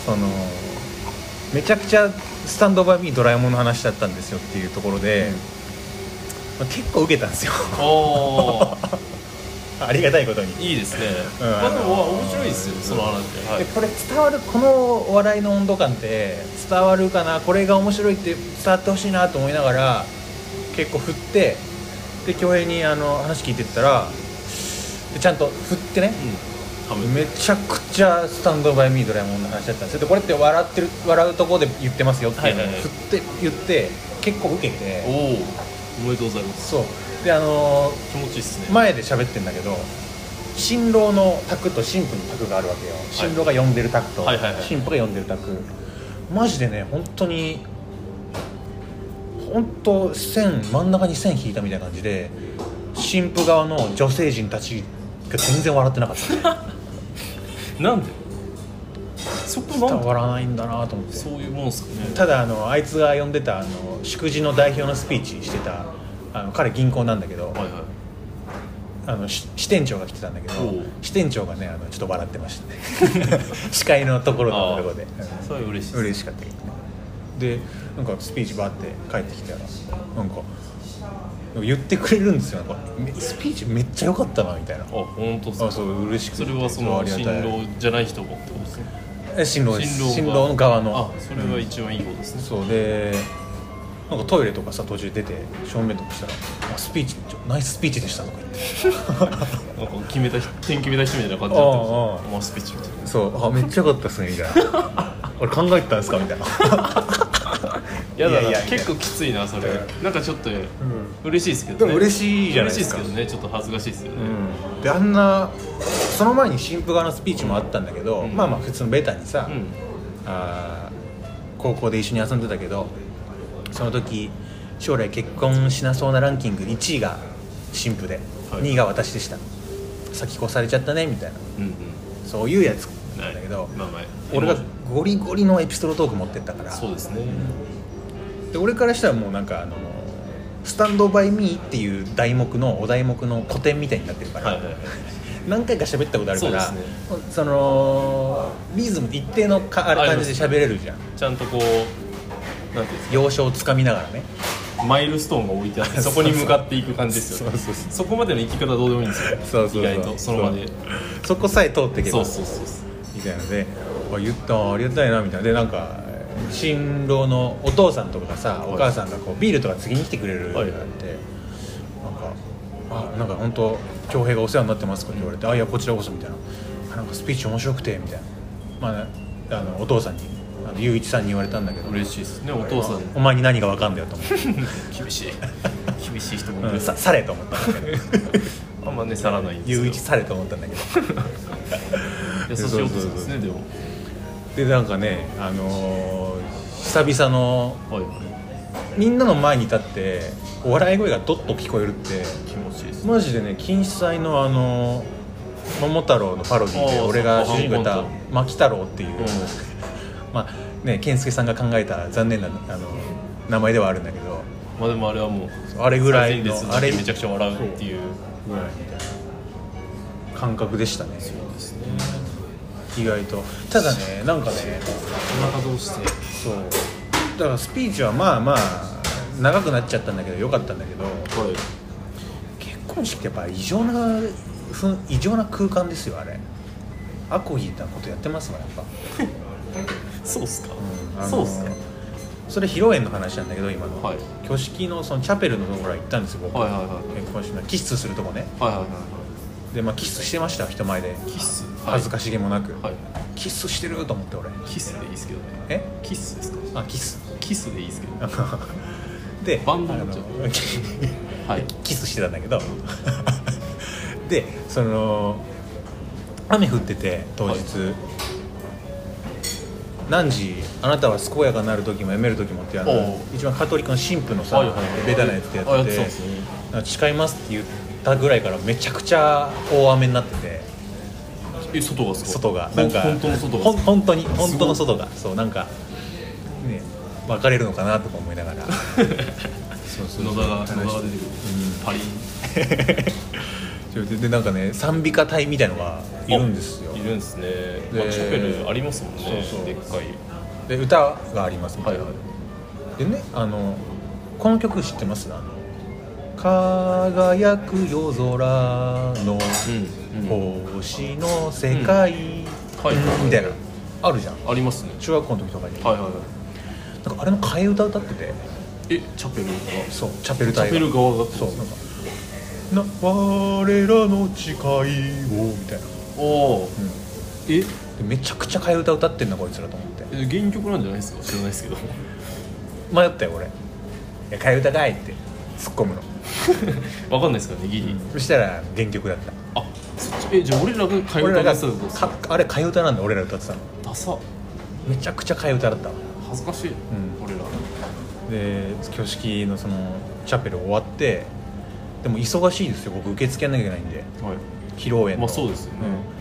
[SPEAKER 1] そのめちゃくちゃ「スタンド・バイ・ミードラえもん」の話だったんですよっていうところで、まあ結構受けたんですよ
[SPEAKER 2] おお
[SPEAKER 1] ありがたいことに、
[SPEAKER 2] いいですね
[SPEAKER 1] うん
[SPEAKER 2] まあでも面白いで
[SPEAKER 1] う
[SPEAKER 2] すよ
[SPEAKER 1] ん
[SPEAKER 2] その話は
[SPEAKER 1] で
[SPEAKER 2] い
[SPEAKER 1] これ伝わるこのお笑いの温度感って伝わるかなこれが面白いって伝わってほしいなと思いながら結構振ってで恭平にあの話聞いてったらでちゃんと振ってね、
[SPEAKER 2] 多分
[SPEAKER 1] めちゃくちゃ「スタンド・バイ・ミー・ドラえもん」の話だったんですよでこれって笑ってる笑うところで言ってますよっていうのを
[SPEAKER 2] はいはいはい
[SPEAKER 1] 振って言って結構受け
[SPEAKER 2] お
[SPEAKER 1] て
[SPEAKER 2] おおめでとうございます
[SPEAKER 1] そうであのー
[SPEAKER 2] 気持ちいいっすね
[SPEAKER 1] 前で喋ってんだけど新郎の卓と新婦の卓があるわけよ新郎が呼んでる卓と
[SPEAKER 2] はいはいはい
[SPEAKER 1] 新婦が呼んでる卓マジでね本当に本当線真ん中に線引いたみたいな感じで新婦側の女性陣たちが全然笑ってなかったね
[SPEAKER 2] なんでそこなんで
[SPEAKER 1] 笑わないんだなと思って
[SPEAKER 2] そういうもんですかね
[SPEAKER 1] ただあのあいつが呼んでたあの祝辞の代表のスピーチしてたあの彼銀行なんだけど、
[SPEAKER 2] はいはい
[SPEAKER 1] あのし支店長が来てたんだけど
[SPEAKER 2] おう
[SPEAKER 1] 支店長がねあのちょっと笑ってましたね 司会のところのところで、
[SPEAKER 2] それは嬉しい
[SPEAKER 1] うん
[SPEAKER 2] で
[SPEAKER 1] 嬉しかったけどねでなんかスピーチバーって帰ってきたらなんか言ってくれるんですよなんかめスピーチめっちゃ良かったなみたいな
[SPEAKER 2] あ本当っす
[SPEAKER 1] あ
[SPEAKER 2] か
[SPEAKER 1] そう嬉しくて
[SPEAKER 2] それはそ
[SPEAKER 1] そう
[SPEAKER 2] の
[SPEAKER 1] ありが
[SPEAKER 2] 新
[SPEAKER 1] たい
[SPEAKER 2] 郎じゃない人もってことですね
[SPEAKER 1] え新郎です
[SPEAKER 2] 新郎が
[SPEAKER 1] 新郎の側の
[SPEAKER 2] あそれは一番いいことですね、
[SPEAKER 1] そうでなんかトイレとかさ途中出て正面とかしたら「あスピーチちょナイススピーチでした」とか言って
[SPEAKER 2] なんか決めた人点決めた人みたいな感じだったんです
[SPEAKER 1] あ
[SPEAKER 2] よ
[SPEAKER 1] あああ
[SPEAKER 2] マスピッチみたいな
[SPEAKER 1] そうあめっちゃ良かったですねみたいな 俺考えてたんですかみたいな、
[SPEAKER 2] やだない
[SPEAKER 1] やいや
[SPEAKER 2] 結構きついなそれなんかちょっと嬉しいですけど
[SPEAKER 1] で
[SPEAKER 2] ね
[SPEAKER 1] も嬉しいじゃない
[SPEAKER 2] 嬉し
[SPEAKER 1] で
[SPEAKER 2] いですす
[SPEAKER 1] か
[SPEAKER 2] けどねちょっと恥ずかしいですよね、
[SPEAKER 1] うん、であんなその前に新婦側のスピーチもあったんだけど、
[SPEAKER 2] うん
[SPEAKER 1] まあまあ普通のベタにさ、
[SPEAKER 2] うん
[SPEAKER 1] あー高校で一緒に遊んでたけどその時将来結婚しなそうなランキング1位が新婦で、
[SPEAKER 2] はい
[SPEAKER 1] 2位が私でした先越されちゃったねみたいな
[SPEAKER 2] うんうん
[SPEAKER 1] そういうやつ
[SPEAKER 2] な
[SPEAKER 1] ないんだけど、
[SPEAKER 2] まあまあ
[SPEAKER 1] 俺がゴリゴリのエピソードトーク持ってったから
[SPEAKER 2] そうですね
[SPEAKER 1] で俺からしたらもうなんかあのスタンドバイミーっていう題目のお題目の古典みたいになってるから、
[SPEAKER 2] はいはいはい
[SPEAKER 1] 何回か喋ったことあるから
[SPEAKER 2] そうで
[SPEAKER 1] そ,、のリズム一定のかあれ
[SPEAKER 2] あり
[SPEAKER 1] 感
[SPEAKER 2] ま
[SPEAKER 1] じ
[SPEAKER 2] す
[SPEAKER 1] で喋れるじゃん
[SPEAKER 2] ちゃんとこうなんていうんです
[SPEAKER 1] 要所をつかみながらね
[SPEAKER 2] かマイルストーンが置いて あってそこに向かっていく感じですよね
[SPEAKER 1] そうそう
[SPEAKER 2] そこまでの行き方どうでもいいんですよ
[SPEAKER 1] そうそうそう
[SPEAKER 2] 意外とその場で
[SPEAKER 1] そこさえ通っていけ
[SPEAKER 2] そ
[SPEAKER 1] ば
[SPEAKER 2] うそうそうそう
[SPEAKER 1] みたいのであ言ったありがたいなみたいなでなんか新郎のお父さんとかがさ
[SPEAKER 2] はい
[SPEAKER 1] お母さんがこうビールとか次に来てくれるってな
[SPEAKER 2] は
[SPEAKER 1] っ
[SPEAKER 2] い
[SPEAKER 1] て、なんか「あなんか本当恭平がお世話になってます」って言われて「あいやこちらこそ」みたいな「あなんかスピーチ面白くて」みたいな、まあ、あのお父さんにあの雄一さんに言われたんだけど
[SPEAKER 2] 嬉しいですねお 父さん
[SPEAKER 1] お前に何が分かんだよと思 って、
[SPEAKER 2] 厳しい厳しい人もい
[SPEAKER 1] うん
[SPEAKER 2] る
[SPEAKER 1] さされと思ったんだけ ど
[SPEAKER 2] あんまねさらないんです
[SPEAKER 1] 雄
[SPEAKER 2] け
[SPEAKER 1] 一
[SPEAKER 2] ど
[SPEAKER 1] されと思ったんだけど
[SPEAKER 2] 優しいお父さんですねでも
[SPEAKER 1] でなんかねあのー久々の
[SPEAKER 2] はい
[SPEAKER 1] みんなの前に立って笑い声がドッと聞こえるって
[SPEAKER 2] 気持ちいいですね
[SPEAKER 1] マジでね錦糸祭のあの「桃太郎」のパロディで
[SPEAKER 2] あー
[SPEAKER 1] 俺が
[SPEAKER 2] そう
[SPEAKER 1] 主人公だっ
[SPEAKER 2] 本
[SPEAKER 1] た「牧太郎」っていう、
[SPEAKER 2] うん
[SPEAKER 1] まあね健介さんが考えた残念なあの名前ではあるんだけど
[SPEAKER 2] まあでもあれはもう
[SPEAKER 1] あれぐらいの
[SPEAKER 2] 最前列
[SPEAKER 1] あれ
[SPEAKER 2] でめちゃくちゃ笑うっていう
[SPEAKER 1] ぐらいみたいな感覚でしたね
[SPEAKER 2] そうですね
[SPEAKER 1] 意外とただねなんかね
[SPEAKER 2] お腹どうして
[SPEAKER 1] そうだからスピーチはまあまあ長くなっちゃったんだけどよかったんだけど
[SPEAKER 2] はい
[SPEAKER 1] 結婚式ってやっぱ異常なふん異常な空間ですよあれアコギなことやってますわやっぱ、
[SPEAKER 2] そうっすか、
[SPEAKER 1] あのー
[SPEAKER 2] そうっすか
[SPEAKER 1] それ披露宴の話なんだけど今の、
[SPEAKER 2] はい
[SPEAKER 1] 挙式のそのチャペルのところは行ったんですよ僕、
[SPEAKER 2] はいはいはい
[SPEAKER 1] 結婚式のキスするとこね
[SPEAKER 2] はいはいはいは
[SPEAKER 1] でまあキスしてました人前で
[SPEAKER 2] いキス
[SPEAKER 1] 恥ずか
[SPEAKER 2] し
[SPEAKER 1] しげもなく、
[SPEAKER 2] はい、
[SPEAKER 1] キスしてると思って俺
[SPEAKER 2] キスでいいっすけどね
[SPEAKER 1] え
[SPEAKER 2] キスですか
[SPEAKER 1] あキス
[SPEAKER 2] キスでいいっすけど
[SPEAKER 1] で
[SPEAKER 2] バンドになっちゃう
[SPEAKER 1] あの
[SPEAKER 2] はい
[SPEAKER 1] キスしてたんだけど でその雨降ってて当日、何時あなたは健やかになる時もやめる時もっていうあの
[SPEAKER 2] おう
[SPEAKER 1] 一番カトリックの神父のさ、
[SPEAKER 2] はいはいはい
[SPEAKER 1] ベタなやつでや
[SPEAKER 2] あや
[SPEAKER 1] っ
[SPEAKER 2] ってて
[SPEAKER 1] て
[SPEAKER 2] たんですね
[SPEAKER 1] なんか誓いますって言ったぐらいからめちゃくちゃ大雨になってて
[SPEAKER 2] え外がっすか
[SPEAKER 1] 外が
[SPEAKER 2] ほ
[SPEAKER 1] な
[SPEAKER 2] ん
[SPEAKER 1] んか
[SPEAKER 2] 本当の外が
[SPEAKER 1] ほん
[SPEAKER 2] っすか
[SPEAKER 1] 本当に本当の外がそうなんかね別れるのかなとか思いな がらそうそうそう
[SPEAKER 2] 野田が野田が出てくる、パリン
[SPEAKER 1] それででなんかね賛美歌隊みたいのがいるんですよ
[SPEAKER 2] いるんですね、まあ、チャペルありますもんね
[SPEAKER 1] そうそう
[SPEAKER 2] でっかい
[SPEAKER 1] で歌がありますみたいな、
[SPEAKER 2] はいは
[SPEAKER 1] でねあのこの曲知ってますあの輝く夜空の
[SPEAKER 2] うん、うん
[SPEAKER 1] 星の世界、
[SPEAKER 2] はい
[SPEAKER 1] みたいなあるじゃん
[SPEAKER 2] ありますね
[SPEAKER 1] 中学校の時とかに、
[SPEAKER 2] はいはいはい
[SPEAKER 1] なんかあれの替え歌歌ってて
[SPEAKER 2] えチャペルが
[SPEAKER 1] そうチャペル
[SPEAKER 2] チ
[SPEAKER 1] 隊
[SPEAKER 2] ャペル側がって
[SPEAKER 1] そ
[SPEAKER 2] こ
[SPEAKER 1] う
[SPEAKER 2] と
[SPEAKER 1] なんかな我らの誓いをみたいな、
[SPEAKER 2] おお
[SPEAKER 1] う
[SPEAKER 2] え
[SPEAKER 1] ん、でめちゃくちゃ替え歌歌ってんなこいつらと思って
[SPEAKER 2] え原曲なんじゃないですか知らないですけど
[SPEAKER 1] 迷ったよ俺いや替え歌かいって突っ込むの
[SPEAKER 2] わかんないですからねギリ、
[SPEAKER 1] そしたら原曲だった
[SPEAKER 2] あえじゃあ俺らが替
[SPEAKER 1] 俺
[SPEAKER 2] え歌
[SPEAKER 1] ら
[SPEAKER 2] の
[SPEAKER 1] が
[SPEAKER 2] やつだと
[SPEAKER 1] かあれ替え歌なんだ俺ら歌ってたの
[SPEAKER 2] ダサ
[SPEAKER 1] めちゃくちゃ替え歌だったわ
[SPEAKER 2] 恥ずかしい、
[SPEAKER 1] ん
[SPEAKER 2] 俺ら
[SPEAKER 1] で挙式のそのチャペル終わってでも忙しいですよ僕受け付けなきゃいけないんで
[SPEAKER 2] はい
[SPEAKER 1] 披露宴の
[SPEAKER 2] まあそうですよね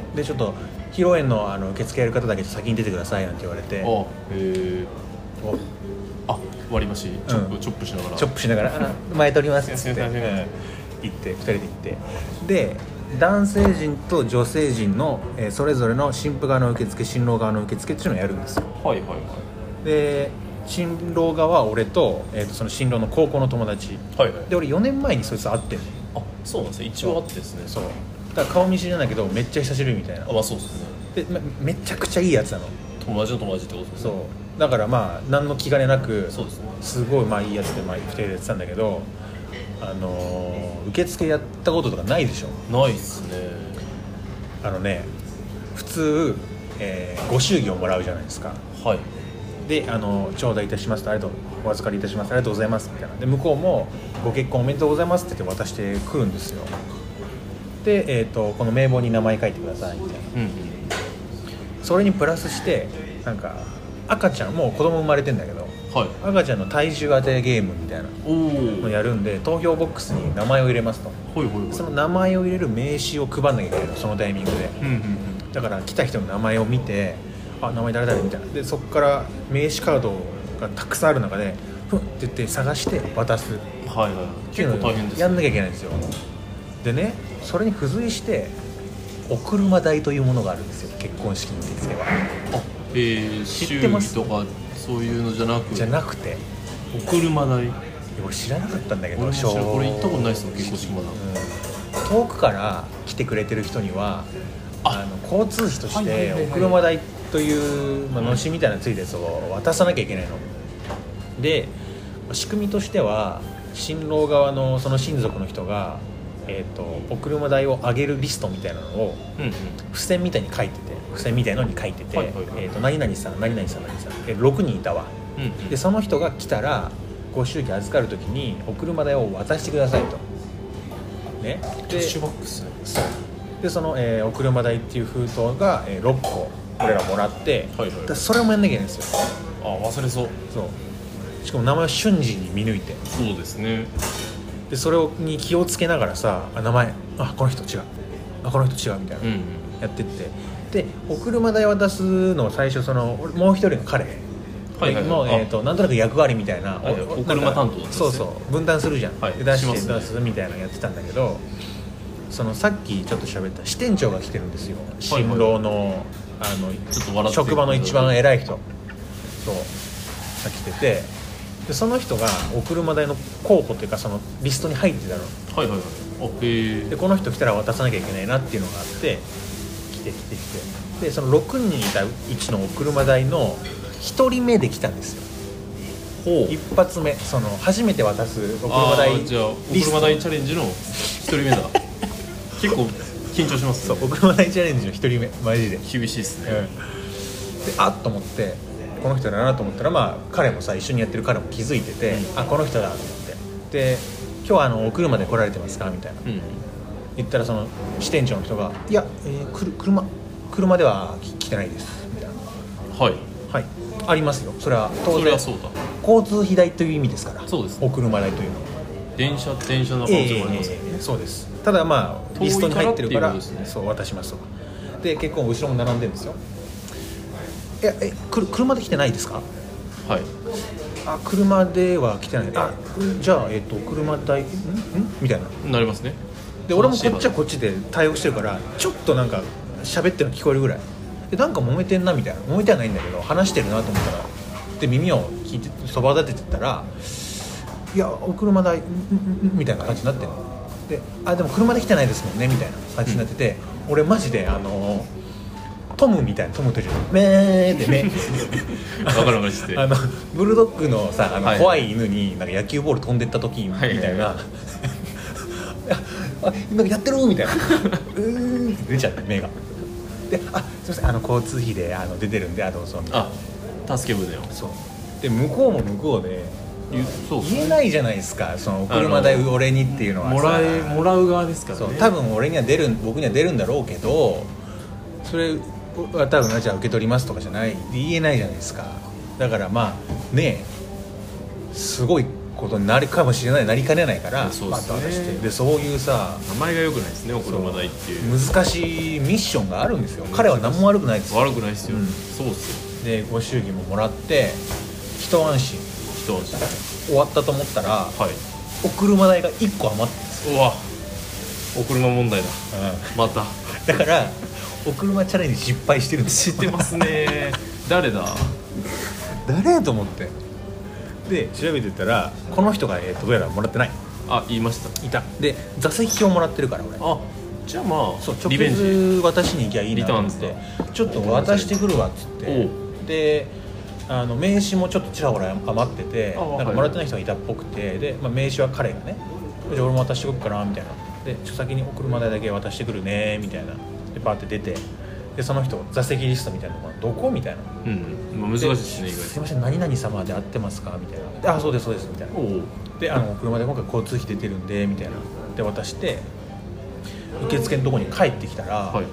[SPEAKER 1] うんでちょっと披露宴のあの受付やる方だけ先に出てくださいなんて言われて
[SPEAKER 2] ああへえ
[SPEAKER 1] お
[SPEAKER 2] あ割り箸チョップ、
[SPEAKER 1] うん
[SPEAKER 2] チョップしながら
[SPEAKER 1] チョップしながらあ「前取ります」っつっ
[SPEAKER 2] す
[SPEAKER 1] て、
[SPEAKER 2] いま
[SPEAKER 1] う
[SPEAKER 2] せ
[SPEAKER 1] ん
[SPEAKER 2] んすいません
[SPEAKER 1] 行って2人で行ってで男性陣と女性陣の、えーそれぞれの新婦側の受付新郎側の受付っていうのをやるんですよ
[SPEAKER 2] はいはいはい
[SPEAKER 1] で新郎側は俺と,、えーとその新郎の高校の友達
[SPEAKER 2] はいはい
[SPEAKER 1] で俺4年前にそいつ会ってんの
[SPEAKER 2] あそうなんですね一応あってですね
[SPEAKER 1] そうだから顔見知りなんだけどめっちゃ久しぶりみたいな
[SPEAKER 2] あまあそうですね
[SPEAKER 1] でめめちゃくちゃいいやつなの
[SPEAKER 2] 友達の友達ってことですね
[SPEAKER 1] そうだからまあ何の気兼ねなく
[SPEAKER 2] そうですね
[SPEAKER 1] すごいまあいいやつでまあ2人でやってたんだけどあのー受付やったこととかないでしょ
[SPEAKER 2] ないっすね
[SPEAKER 1] あのね普通、えーご祝儀をもらうじゃないですか
[SPEAKER 2] はい
[SPEAKER 1] で、あのー頂戴いたしますとありがとうお預かりいたしますありがとうございますみたいなで向こうもご結婚おめでとうございますって言って渡してくるんですよで、えー、とこの名簿に名前書いてくださいみたいな
[SPEAKER 2] うん
[SPEAKER 1] それにプラスしてなんか赤ちゃんもう子供生まれてんだけど
[SPEAKER 2] はい
[SPEAKER 1] 赤ちゃんの体重当てゲームみたいな
[SPEAKER 2] おお
[SPEAKER 1] の
[SPEAKER 2] はい
[SPEAKER 1] やるんで投票ボックスに名前を入れますと
[SPEAKER 2] はいはい
[SPEAKER 1] その名前を入れる名刺を配んなきゃいけないのそのタイミングで
[SPEAKER 2] うんうんうん
[SPEAKER 1] だから来た人の名前を見てあ名前誰々みたいなでそこから名刺カードがたくさんある中でふんって言って探して渡す
[SPEAKER 2] はいはい結構大変です
[SPEAKER 1] やんな
[SPEAKER 2] き
[SPEAKER 1] きゃいけないんですよでねそれに付随してお車代というものがあるんですよ結婚式の受付は
[SPEAKER 2] ゃあえー、
[SPEAKER 1] 知
[SPEAKER 2] 修
[SPEAKER 1] って
[SPEAKER 2] 理
[SPEAKER 1] ます
[SPEAKER 2] とかそういうのじゃなく
[SPEAKER 1] じゃなくて
[SPEAKER 2] お車代
[SPEAKER 1] 俺知らなかったんだけど
[SPEAKER 2] 俺も知らん
[SPEAKER 1] 小
[SPEAKER 2] これ行ったことないっすもん結婚式まだ
[SPEAKER 1] 遠くから来てくれてる人にはあ
[SPEAKER 2] あ
[SPEAKER 1] の交通費とし
[SPEAKER 2] はいはい
[SPEAKER 1] て
[SPEAKER 2] はいはい
[SPEAKER 1] お車代という、まあ
[SPEAKER 2] うん
[SPEAKER 1] のしみたいなのついてそを渡さなきゃいけないので仕組みとしては新郎側のその親族の人が、えー、とお車代を上げるリストみたいなのを
[SPEAKER 2] うんうん
[SPEAKER 1] 付箋みたいに書いてて付箋みたいのに書いてて、
[SPEAKER 2] はいはいはい
[SPEAKER 1] えー、と何々さん何々さん何々さん、え6人いたわ
[SPEAKER 2] うんうん
[SPEAKER 1] でその人が来たらご祝儀預かる時にお車代を渡してくださいとね
[SPEAKER 2] キャ
[SPEAKER 1] で
[SPEAKER 2] ッシュバックっすね
[SPEAKER 1] そうでその、えーお車代っていう封筒が、え6個俺らもらって、
[SPEAKER 2] はいはい
[SPEAKER 1] だからそれもやんなきゃいけないんですよ
[SPEAKER 2] あ忘れそう
[SPEAKER 1] そうしかも名前を瞬時に見抜いて
[SPEAKER 2] そうですね
[SPEAKER 1] でそれをに気をつけながらさあ名前あこの人違うあこの人違うみたいな、
[SPEAKER 2] うんうん
[SPEAKER 1] やってってでお車代渡すのを最初その俺もう一人の彼
[SPEAKER 2] はいはい
[SPEAKER 1] の、
[SPEAKER 2] あ
[SPEAKER 1] えー、となんとなく役割みたいな、
[SPEAKER 2] はいはい
[SPEAKER 1] なんか
[SPEAKER 2] お車担当ですね
[SPEAKER 1] そうそう分担するじゃん、
[SPEAKER 2] はい
[SPEAKER 1] で出し
[SPEAKER 2] しま
[SPEAKER 1] て
[SPEAKER 2] すね
[SPEAKER 1] 出すみたいなのやってたんだけどそのさっきちょっと喋った支店長が来てるんですよ新郎の,、あの
[SPEAKER 2] ちょっと笑って
[SPEAKER 1] 職場の一番偉い人そうが来ててでその人がお車代の候補というかそのリストに入ってたの
[SPEAKER 2] はいはいはいあへえ
[SPEAKER 1] でこの人来たら渡さなきゃいけないなっていうのがあって来て来て来てでその6人いたうちのお車代の1人目で来たんですよ
[SPEAKER 2] ほ
[SPEAKER 1] 一発目その初めて渡すお車
[SPEAKER 2] あ
[SPEAKER 1] 代
[SPEAKER 2] ーじゃあお
[SPEAKER 1] リスト
[SPEAKER 2] 車代チャレンジの一人目 だ結構緊張します
[SPEAKER 1] そ
[SPEAKER 2] ね
[SPEAKER 1] うお車代チャレンジの1人目マジで、うん、で
[SPEAKER 2] 厳しいっすね
[SPEAKER 1] あっと思ってこの人だなと思ったらまあ彼もさ一緒にやってる彼も気づいてて、あこの人だと思ってで今日あのお車で来られてますかみたいな
[SPEAKER 2] うん
[SPEAKER 1] 言ったらその支店長の人が「いや、えーくる車車ではき来てないです」みたいな
[SPEAKER 2] はい
[SPEAKER 1] はい、ありますよ、それは当
[SPEAKER 2] それ
[SPEAKER 1] 然
[SPEAKER 2] は、そうだ
[SPEAKER 1] 交通費代という意味ですから、
[SPEAKER 2] そうです
[SPEAKER 1] お車代というのは、
[SPEAKER 2] 電車電車の可
[SPEAKER 1] ええ
[SPEAKER 2] 能性もありますけど
[SPEAKER 1] ええ
[SPEAKER 2] ね
[SPEAKER 1] そうです、ただまあ、
[SPEAKER 2] 遠い
[SPEAKER 1] リストに入ってるから、
[SPEAKER 2] からっていうことです
[SPEAKER 1] そ
[SPEAKER 2] ね
[SPEAKER 1] う、渡しますと、で、結構、後ろも並んでるんですよ、いや、え、くる車で来てないですか
[SPEAKER 2] はい
[SPEAKER 1] あ、車では来てない、あじゃあ、えっ、と、車代、んんみたいな、
[SPEAKER 2] なりますね
[SPEAKER 1] で、俺もこっ
[SPEAKER 2] 楽
[SPEAKER 1] ち
[SPEAKER 2] しい
[SPEAKER 1] はこっちで対応してるから、ちょっとなんか、喋ってるの聞こえるぐらい、で、なんか揉めてんなみたいな、揉めてはないんだけど、話してるなと思ったら、で、耳を聞いて、そば立ててたら、いやお車代んんんみたいな感じになってんのであでも車で来てないですもんねみたいな感じになってて、俺マジであのトムみたいなトムというめーってね
[SPEAKER 2] わかるわかる知 ってる
[SPEAKER 1] あのブルドッグのさあの、
[SPEAKER 2] はい
[SPEAKER 1] 怖い犬になんか野球ボール飛んでった時みたいな、
[SPEAKER 2] はいはいはい
[SPEAKER 1] あなんかやってるみたいな うーんって出ちゃって目がであすいませんあの交通費であの出てるんであどうぞみたいな
[SPEAKER 2] あ助け舟を
[SPEAKER 1] そうで向こうも向こうで
[SPEAKER 2] 言うそうっす
[SPEAKER 1] 言えないじゃないですかそのお車代
[SPEAKER 2] あの
[SPEAKER 1] 俺にっていうのはさ
[SPEAKER 2] もらえもらう側ですからね
[SPEAKER 1] そう多分俺には出る僕には出るんだろうけどそれは多分じゃあ受け取りますとかじゃない言えないじゃないですかだからまあねえすごいことになるかもしれないなりかねないから
[SPEAKER 2] そう
[SPEAKER 1] バ
[SPEAKER 2] で
[SPEAKER 1] ッ
[SPEAKER 2] す
[SPEAKER 1] と
[SPEAKER 2] ね
[SPEAKER 1] 渡してでそういうさ
[SPEAKER 2] 名前が良くないですねお車代っていう
[SPEAKER 1] 難しいミッションがあるんですよ彼は何も悪くないですよ
[SPEAKER 2] 悪くないですよ、
[SPEAKER 1] うん
[SPEAKER 2] そうっすよ
[SPEAKER 1] でご祝儀ももらって一安心
[SPEAKER 2] 一安心
[SPEAKER 1] 終わったと思ったら
[SPEAKER 2] はい
[SPEAKER 1] お車代が1個余ってるんですよ、
[SPEAKER 2] うわお車問題だまた
[SPEAKER 1] だからお車チャレンジ失敗してるんです
[SPEAKER 2] 知
[SPEAKER 1] よ
[SPEAKER 2] ってますね 誰だ
[SPEAKER 1] 誰と思ってで調べてたらこの人が、えー、とどうやらもらってない
[SPEAKER 2] あ言いました
[SPEAKER 1] いたで座席表もらってるから俺
[SPEAKER 2] あじゃあまあ
[SPEAKER 1] そう直
[SPEAKER 2] リベンジ
[SPEAKER 1] 接渡しに行きゃいいなと思っ
[SPEAKER 2] リ
[SPEAKER 1] て
[SPEAKER 2] タ
[SPEAKER 1] ちょっと渡してくるわっつってであの名刺もちょっとちらほら余ってて
[SPEAKER 2] あはい
[SPEAKER 1] なんかもらってない人がいたっぽくてで、まあ、名刺は彼がねじゃあ俺も渡してこっかなみたいなでちょ先にお車代だけ渡してくるねみたいなでパーって出てでその人座席リストみたいなのがどこみたいな
[SPEAKER 2] うん、まあ、難しいですね意
[SPEAKER 1] すい
[SPEAKER 2] 外
[SPEAKER 1] ません何々様で会ってますかみたいなであそうですそうですみたいな
[SPEAKER 2] とおう
[SPEAKER 1] であのお車で今回交通費出てるんでみたいなで渡して受付のとこに帰ってきたら、
[SPEAKER 2] はい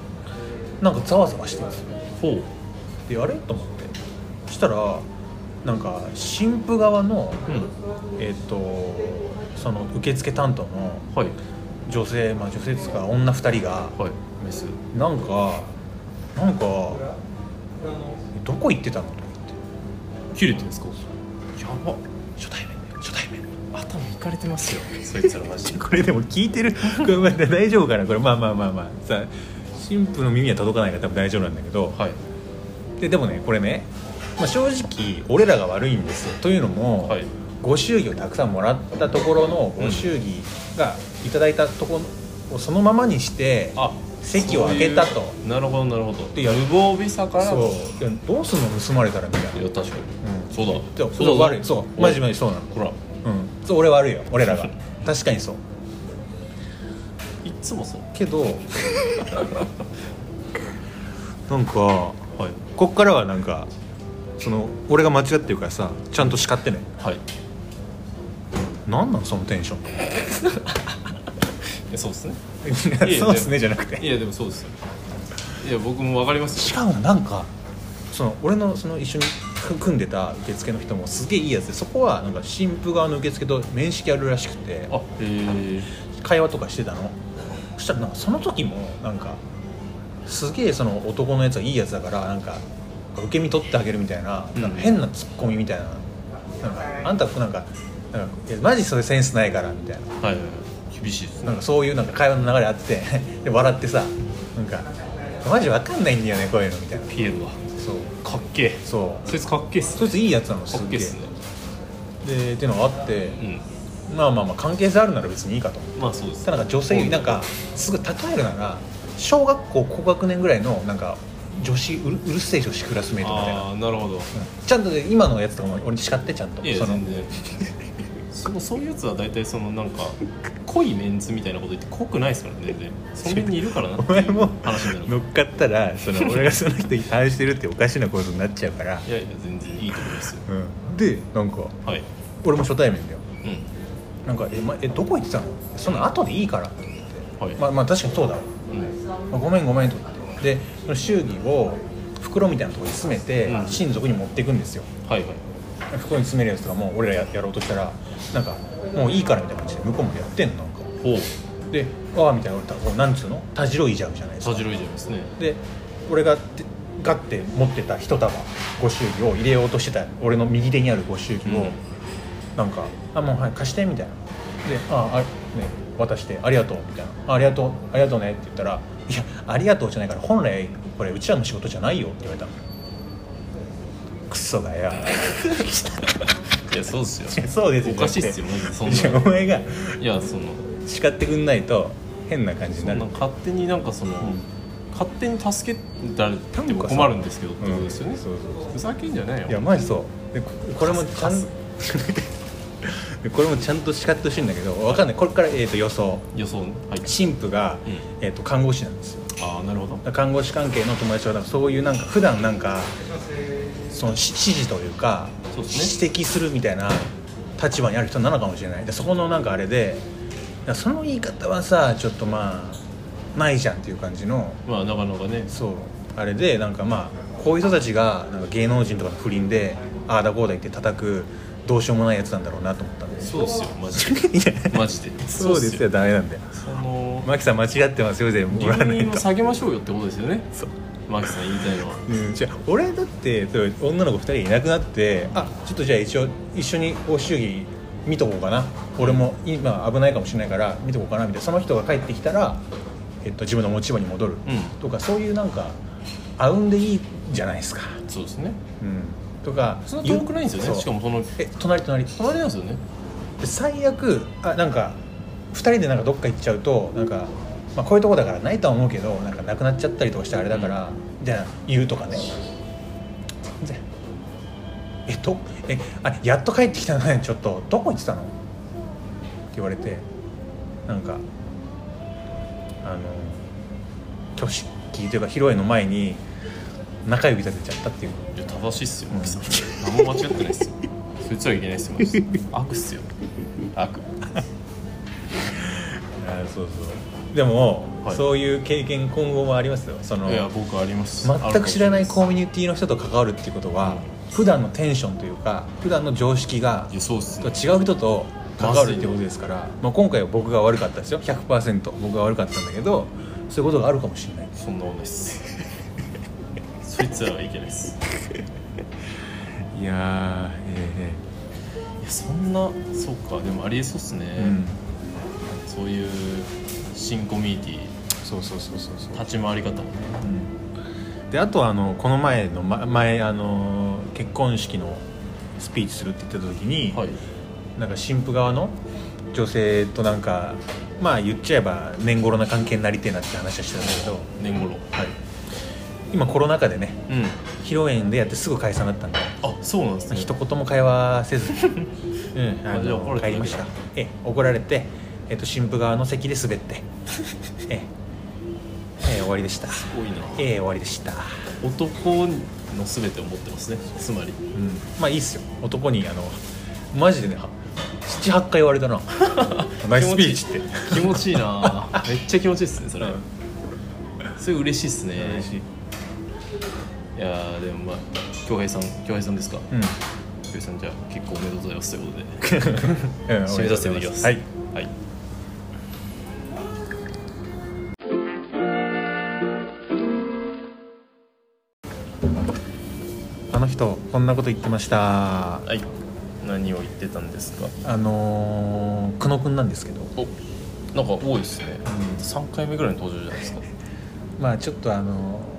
[SPEAKER 1] なんかざわざわしてます
[SPEAKER 2] ほう
[SPEAKER 1] であれと思ってそしたらなんか新婦側の
[SPEAKER 2] うん
[SPEAKER 1] えっ、とその受付担当の
[SPEAKER 2] はい
[SPEAKER 1] 女性まあ女性ですか女2人が
[SPEAKER 2] はいメス
[SPEAKER 1] なんかなんかどこ行ってたのとか言って
[SPEAKER 2] 切れてんですかやば
[SPEAKER 1] 初対面で初対面
[SPEAKER 2] 頭いかれてますよそいつらマジで
[SPEAKER 1] これでも聞いてるこれまあ大丈夫かなこれまあまあまあまあさ新婦の耳には届かないから多分大丈夫なんだけど
[SPEAKER 2] はい
[SPEAKER 1] ででもねこれね、まあ、正直俺らが悪いんですよというのも、
[SPEAKER 2] はい
[SPEAKER 1] ご祝儀をたくさんもらったところのご祝儀がいただいたところをそのままにして、
[SPEAKER 2] あ
[SPEAKER 1] 席を開けたと
[SPEAKER 2] そういうなるほどなるほど
[SPEAKER 1] でやる
[SPEAKER 2] 無防備さから
[SPEAKER 1] そうい
[SPEAKER 2] い
[SPEAKER 1] やどうすんの盗まれたらみたいな
[SPEAKER 2] や確かに、
[SPEAKER 1] うん
[SPEAKER 2] そうだ
[SPEAKER 1] でも
[SPEAKER 2] そ
[SPEAKER 1] そう
[SPEAKER 2] だ
[SPEAKER 1] れ悪いそうマジマ
[SPEAKER 2] ジ
[SPEAKER 1] ジそうなの
[SPEAKER 2] ほら
[SPEAKER 1] うんそう俺悪いよ俺らが確かにそう
[SPEAKER 2] いっつもそう
[SPEAKER 1] けど なんか
[SPEAKER 2] はい
[SPEAKER 1] こっからはなんかその俺が間違ってるからさちゃんと叱ってね
[SPEAKER 2] はい
[SPEAKER 1] なんなんそのテンション
[SPEAKER 2] いやそうですねい や
[SPEAKER 1] そうですねじゃなく
[SPEAKER 2] い
[SPEAKER 1] て
[SPEAKER 2] やでもそうですよいや僕もわかります
[SPEAKER 1] し
[SPEAKER 2] よ
[SPEAKER 1] かもなんかその俺のその一緒に組組んでた受付の人もすげえいいやつでそこはなんか新婦側の受付と面識あるらしくて
[SPEAKER 2] あへえ
[SPEAKER 1] 会話とかしてたのそしたらなんかその時もなんかすげえその男のやつがいいやつだからなんか受け身取ってあげるみたいな,、
[SPEAKER 2] うん
[SPEAKER 1] なんか変なツッコミみたいななんかあんたなんかなんかいやマジそれセンスないからみたいな
[SPEAKER 2] はいはいはい厳しいです
[SPEAKER 1] なん
[SPEAKER 2] ね
[SPEAKER 1] かそういうなんか会話の流れあってで笑ってさなんかマジわかんないんだよねこういうのみたいな
[SPEAKER 2] ピエールだ
[SPEAKER 1] そう
[SPEAKER 2] かっけえ
[SPEAKER 1] そう
[SPEAKER 2] そいつかっけえっす
[SPEAKER 1] そいついいやつなの
[SPEAKER 2] か
[SPEAKER 1] す
[SPEAKER 2] っ
[SPEAKER 1] っ
[SPEAKER 2] け
[SPEAKER 1] げ
[SPEAKER 2] え
[SPEAKER 1] え
[SPEAKER 2] っすね
[SPEAKER 1] でっていうのがあって、
[SPEAKER 2] う
[SPEAKER 1] まあまあまあ関係性あるなら別にいいかと
[SPEAKER 2] んまあそうです
[SPEAKER 1] ただなんか女性になんかすぐ例えるなら小学校高学年ぐらいのなんか女子うるうるせえ女子クラスメートみたいな、
[SPEAKER 2] ああーなるほど
[SPEAKER 1] うんちゃんとね今のやつとかも俺に叱ってちゃんと
[SPEAKER 2] いや
[SPEAKER 1] その
[SPEAKER 2] 全然そのそういうやつは大体そのなんか濃いメンツみたいなこと言って濃くないですからね全然その辺にいるからなっ
[SPEAKER 1] お
[SPEAKER 2] てい
[SPEAKER 1] 前
[SPEAKER 2] う
[SPEAKER 1] も
[SPEAKER 2] 話になる
[SPEAKER 1] 乗っかったらその俺がその人に対してるっておかしなことになっちゃうから、
[SPEAKER 2] いやいや全然いいと思いますよ
[SPEAKER 1] うん、でなんか
[SPEAKER 2] はい
[SPEAKER 1] 俺も初対面だよ
[SPEAKER 2] う
[SPEAKER 1] なんか「え,、ま、えどこ行ってたの?」その後でいいからって言って、
[SPEAKER 2] はい
[SPEAKER 1] まあまあ確かにそうだわ
[SPEAKER 2] んうん
[SPEAKER 1] まあごめんごめんと思ってでその祝儀を袋みたいなところに詰めて、
[SPEAKER 2] うん
[SPEAKER 1] 親族に持っていくんですよ
[SPEAKER 2] はいはい
[SPEAKER 1] 袋に詰めるやつとかもう俺らややろうとしたらなんかもういいからみたいな感じで向こうもやってんのなんか
[SPEAKER 2] おう
[SPEAKER 1] で「ああ」みたいな俺たこうなんつうのたじろいじゃうじゃないです
[SPEAKER 2] さ
[SPEAKER 1] か
[SPEAKER 2] じろいじゃないですね
[SPEAKER 1] で俺がてガッて持ってた一束ご祝儀を入れようとしてた俺の右手にあるご祝儀を、
[SPEAKER 2] うん
[SPEAKER 1] なんか「あもうはい貸して」みたいなで「ああね渡して「ありがとう」みたいなあ「ありがとうありがとうね」って言ったら「いやありがとうじゃないから本来これうちらの仕事じゃないよ」って言われたのクソがよ
[SPEAKER 2] いや そうっすよ
[SPEAKER 1] いやそうです
[SPEAKER 2] おかしいっすよマジでそんない
[SPEAKER 1] や お前が
[SPEAKER 2] いやその
[SPEAKER 1] 叱ってくんないと変な感じ
[SPEAKER 2] そ
[SPEAKER 1] に
[SPEAKER 2] ん
[SPEAKER 1] な
[SPEAKER 2] な
[SPEAKER 1] る
[SPEAKER 2] 勝手になんかその勝手に助けられても
[SPEAKER 1] なんかさ
[SPEAKER 2] 困るんですけどってことですよ
[SPEAKER 1] う
[SPEAKER 2] ね
[SPEAKER 1] んそうそうそう
[SPEAKER 2] ふざけんじゃないよ
[SPEAKER 1] いやマジそうでここれもちゃ
[SPEAKER 2] カ
[SPEAKER 1] ん
[SPEAKER 2] ス
[SPEAKER 1] で これもちゃんと叱ってほしいんだけどわかんないこれから、えー、と予想
[SPEAKER 2] 予想ねはい
[SPEAKER 1] 神父が、
[SPEAKER 2] うん
[SPEAKER 1] えー、と看護師なんですよ
[SPEAKER 2] ああなるほど
[SPEAKER 1] だから看護師関係の友達はなんかそういうなんか普段なんかそのし指示というか
[SPEAKER 2] そうです
[SPEAKER 1] 指摘するみたいな立場にある人なのかもしれないでそこのなんかあれでいやその言い方はさちょっとまあないじゃんっていう感じの
[SPEAKER 2] まあなかなかね
[SPEAKER 1] そうあれでなんかまあこういう人たちがなんか芸能人とかの不倫でああだこうだ言って叩くどうしようもないやつなんだろうなと思ったんで
[SPEAKER 2] そうっすよマジ でマジで
[SPEAKER 1] そうですよダメなんだよ
[SPEAKER 2] その
[SPEAKER 1] マキさん間違ってますよ全部
[SPEAKER 2] 留飲を下げましょうよってことですよね
[SPEAKER 1] そう
[SPEAKER 2] マキさん言いたいのは
[SPEAKER 1] うん、じゃあ俺だってそう女の子2人いなくなってあちょっとじゃあ一応一緒に欧州着見とこうかな俺も今危ないかもしれないから見とこうかなみたいなその人が帰ってきたら、えっと、自分の持ち場に戻る
[SPEAKER 2] うん
[SPEAKER 1] とか、そういうなんかあうんでいいじゃないですか、
[SPEAKER 2] そうですね
[SPEAKER 1] うん、とか
[SPEAKER 2] そんな遠くないんですよ
[SPEAKER 1] そう
[SPEAKER 2] ねしかもその
[SPEAKER 1] え隣隣
[SPEAKER 2] 隣なんですよね
[SPEAKER 1] で最悪あなんか2人でなんかどっか行っちゃうとなんか、まあ、こういうとこだからないとは思うけどなんかなくなっちゃったりとかしてあれだから、じゃあ言うとかねでえとえあやっと帰ってきたのねちょっとどこ行ってたのって言われてなんかあの挙式というか披露宴の前に中指立てちゃったっていう
[SPEAKER 2] いや正しいっすよマキさん何も間違ってないっすよそいつらいけないっすよマキさん 悪っすよ悪
[SPEAKER 1] あそうそうでも、
[SPEAKER 2] はい
[SPEAKER 1] そういう経験今後もありますよその
[SPEAKER 2] いや僕あります
[SPEAKER 1] 全く知らないコ
[SPEAKER 2] ビ
[SPEAKER 1] ミュニティの人と関わるっていうことは、普段のテンションというか普段の常識が
[SPEAKER 2] いやそうっす
[SPEAKER 1] と
[SPEAKER 2] ね
[SPEAKER 1] 違う人と関わるっていうことですから、まあ、今回は僕が悪かったですよ100%僕が悪かったんだけどそういうことがあるかもしれない
[SPEAKER 2] そんなもんないっすそいつらはいけないっす
[SPEAKER 1] いやえ
[SPEAKER 2] いやそんなそうかでもありえそうっすね、
[SPEAKER 1] えうん
[SPEAKER 2] そういう新コミュニテ
[SPEAKER 1] そうそうそうそうそう
[SPEAKER 2] ィ立ち回り方もね
[SPEAKER 1] であとはあのこの前の、ま、前あの結婚式のスピーチするって言ってた時に、
[SPEAKER 2] はい
[SPEAKER 1] なんか新婦側の女性となんかまあ言っちゃえば年頃な関係になりてえなって話はしてたんだけど、
[SPEAKER 2] 年頃はい
[SPEAKER 1] 今コロナ禍でね
[SPEAKER 2] うん
[SPEAKER 1] 披露宴でやってすぐ解散だったんで
[SPEAKER 2] あそうなんですね
[SPEAKER 1] 一言も会話せ ずに、うん、あ
[SPEAKER 2] あじゃあ
[SPEAKER 1] の
[SPEAKER 2] 怒られた
[SPEAKER 1] 帰りましたええ怒られて、えっと、新婦側の席で滑って ええええ終わりでした
[SPEAKER 2] すごいな
[SPEAKER 1] ええ終わりでした、
[SPEAKER 2] 男の全てを持ってますねつま
[SPEAKER 1] う
[SPEAKER 2] り
[SPEAKER 1] ん、まあいいっすよ男にあのマジでね78回言われた なナイススピーチって
[SPEAKER 2] 気持ちいい なめっちゃ気持ちいいっすねそれ、
[SPEAKER 1] うん
[SPEAKER 2] それ嬉しいっすね
[SPEAKER 1] 嬉しい、
[SPEAKER 2] いやーでもまあ恭平さん恭平さんですか
[SPEAKER 1] うん
[SPEAKER 2] 恭平さんじゃあ結構おめでとうございますということで
[SPEAKER 1] うん
[SPEAKER 2] 締めさせていただきます
[SPEAKER 1] はい、
[SPEAKER 2] はい、
[SPEAKER 1] あの人こんなこと言ってました
[SPEAKER 2] はい、何を言ってたんですか
[SPEAKER 1] あのー、久野くんなんですけど
[SPEAKER 2] おなんか多いですね、
[SPEAKER 1] ん
[SPEAKER 2] 三3回目ぐらいの登場じゃないですか
[SPEAKER 1] まあちょっとあのー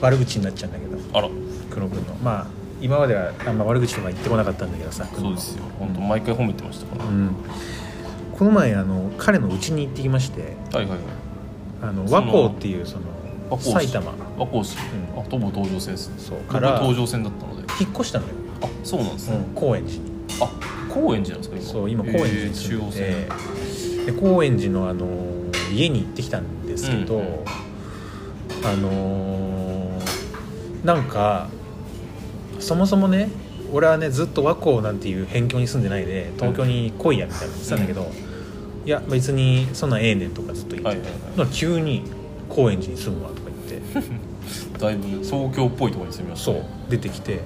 [SPEAKER 1] 悪口になっちゃうんだけど
[SPEAKER 2] あら
[SPEAKER 1] 久野くんのまあ今まではあんま悪口とか言ってこなかったんだけどさ久野
[SPEAKER 2] そう
[SPEAKER 1] の
[SPEAKER 2] ですよ本当毎回褒めてましたから、
[SPEAKER 1] うんこの前あの彼の家に行ってきまして
[SPEAKER 2] はいはいはい
[SPEAKER 1] あの
[SPEAKER 2] そ
[SPEAKER 1] 和
[SPEAKER 2] の
[SPEAKER 1] 光っていうその
[SPEAKER 2] 和光市
[SPEAKER 1] 埼玉
[SPEAKER 2] 和光市、
[SPEAKER 1] うん
[SPEAKER 2] あほぼ東上線ですね
[SPEAKER 1] そうか
[SPEAKER 2] 僕
[SPEAKER 1] ら
[SPEAKER 2] 東上線だったので
[SPEAKER 1] 引っ越したのよ、
[SPEAKER 2] あそうなんです
[SPEAKER 1] う
[SPEAKER 2] ね、
[SPEAKER 1] ん、高円寺に
[SPEAKER 2] あ高円寺なんですか今
[SPEAKER 1] そう今高円寺に
[SPEAKER 2] 中
[SPEAKER 1] 住ん
[SPEAKER 2] 央
[SPEAKER 1] で
[SPEAKER 2] 線、
[SPEAKER 1] て、で高円寺の、あのー家に行ってきたんですけど、
[SPEAKER 2] うんうん
[SPEAKER 1] あのーなんかそもそもね俺はねずっと和光なんていう辺境に住んでないで東京に来いやみたいなの言ってたんだけど、いや別にそんなんええねんとかずっと言ってて、
[SPEAKER 2] はいはいはい
[SPEAKER 1] なんか急に高円寺に住むわとか言って。
[SPEAKER 2] だいぶ東京っぽいところに住みました、
[SPEAKER 1] そ
[SPEAKER 2] ね、
[SPEAKER 1] う出てきて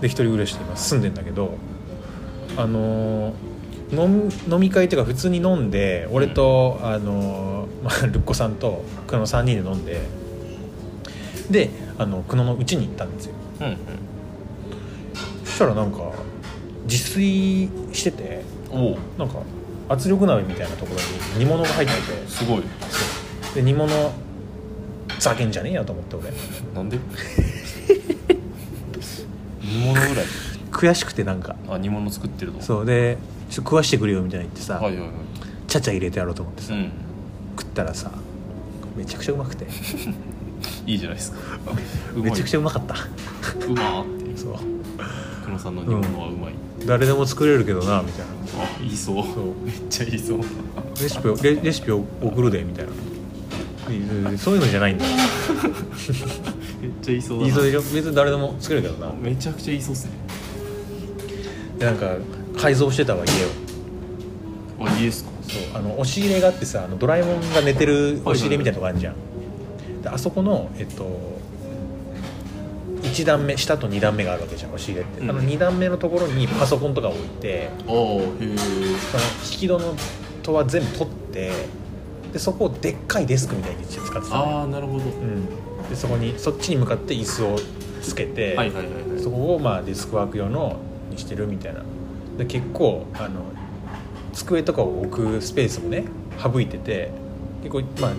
[SPEAKER 1] で一人暮らしで今住んでんだけどあのー飲み飲み会っていうか普通に飲んで俺と、あのーまあ、ルッコさんと久野3人で飲んでであの久野の家に行ったんですよ
[SPEAKER 2] うんうん
[SPEAKER 1] そしたらなんか自炊してて
[SPEAKER 2] おお
[SPEAKER 1] なんか圧力鍋みたいなところに煮物が入って
[SPEAKER 2] すごい
[SPEAKER 1] てで煮物ざけんじゃねえよと思って俺
[SPEAKER 2] な んで煮物ぐらい
[SPEAKER 1] 悔しくてなんか
[SPEAKER 2] あ煮物作ってると
[SPEAKER 1] そうでちょっと食わしてくれよみたいな言ってさ、
[SPEAKER 2] はいはいはい
[SPEAKER 1] ちゃちゃ入れてやろうと思ってさ、
[SPEAKER 2] うん
[SPEAKER 1] 食ったらさめちゃくちゃうま くて
[SPEAKER 2] いいじゃ ないですかうまい
[SPEAKER 1] めちゃくちゃうまかった
[SPEAKER 2] うまーって
[SPEAKER 1] そう
[SPEAKER 2] 久野さんの煮物はうまい、
[SPEAKER 1] 誰でも作れるけどなみたいな
[SPEAKER 2] あ言いそう
[SPEAKER 1] そう
[SPEAKER 2] めっちゃ言いそう
[SPEAKER 1] レシピをレレシピを送るでみたいなででそういうのじゃないんだよ
[SPEAKER 2] めっちゃ言いそうだな
[SPEAKER 1] 言いそうでしょ別に誰でも作れるけどな
[SPEAKER 2] めちゃくちゃ言いそうっすね
[SPEAKER 1] でなんか改造してたわ家を
[SPEAKER 2] あ家ですか
[SPEAKER 1] そうあの押し入れがあってさあのドラえもんが寝てる押し入れみたいなとこあるじゃん、であそこのえっと1段目下と2段目があるわけじゃん押し入れって、
[SPEAKER 2] うん
[SPEAKER 1] あの2段目のところにパソコンとか置いて
[SPEAKER 2] ああへ
[SPEAKER 1] その引き戸の戸は全部取ってでそこをでっかいデスクみたいにして使ってたの、
[SPEAKER 2] あなるほど
[SPEAKER 1] うん、でそこにそっちに向かって椅子をつけて、
[SPEAKER 2] はいはいはいはい
[SPEAKER 1] そこをまあデスクワーク用のにしてるみたいなで結構あの机とかを置くスペースもね省いてて結構まあ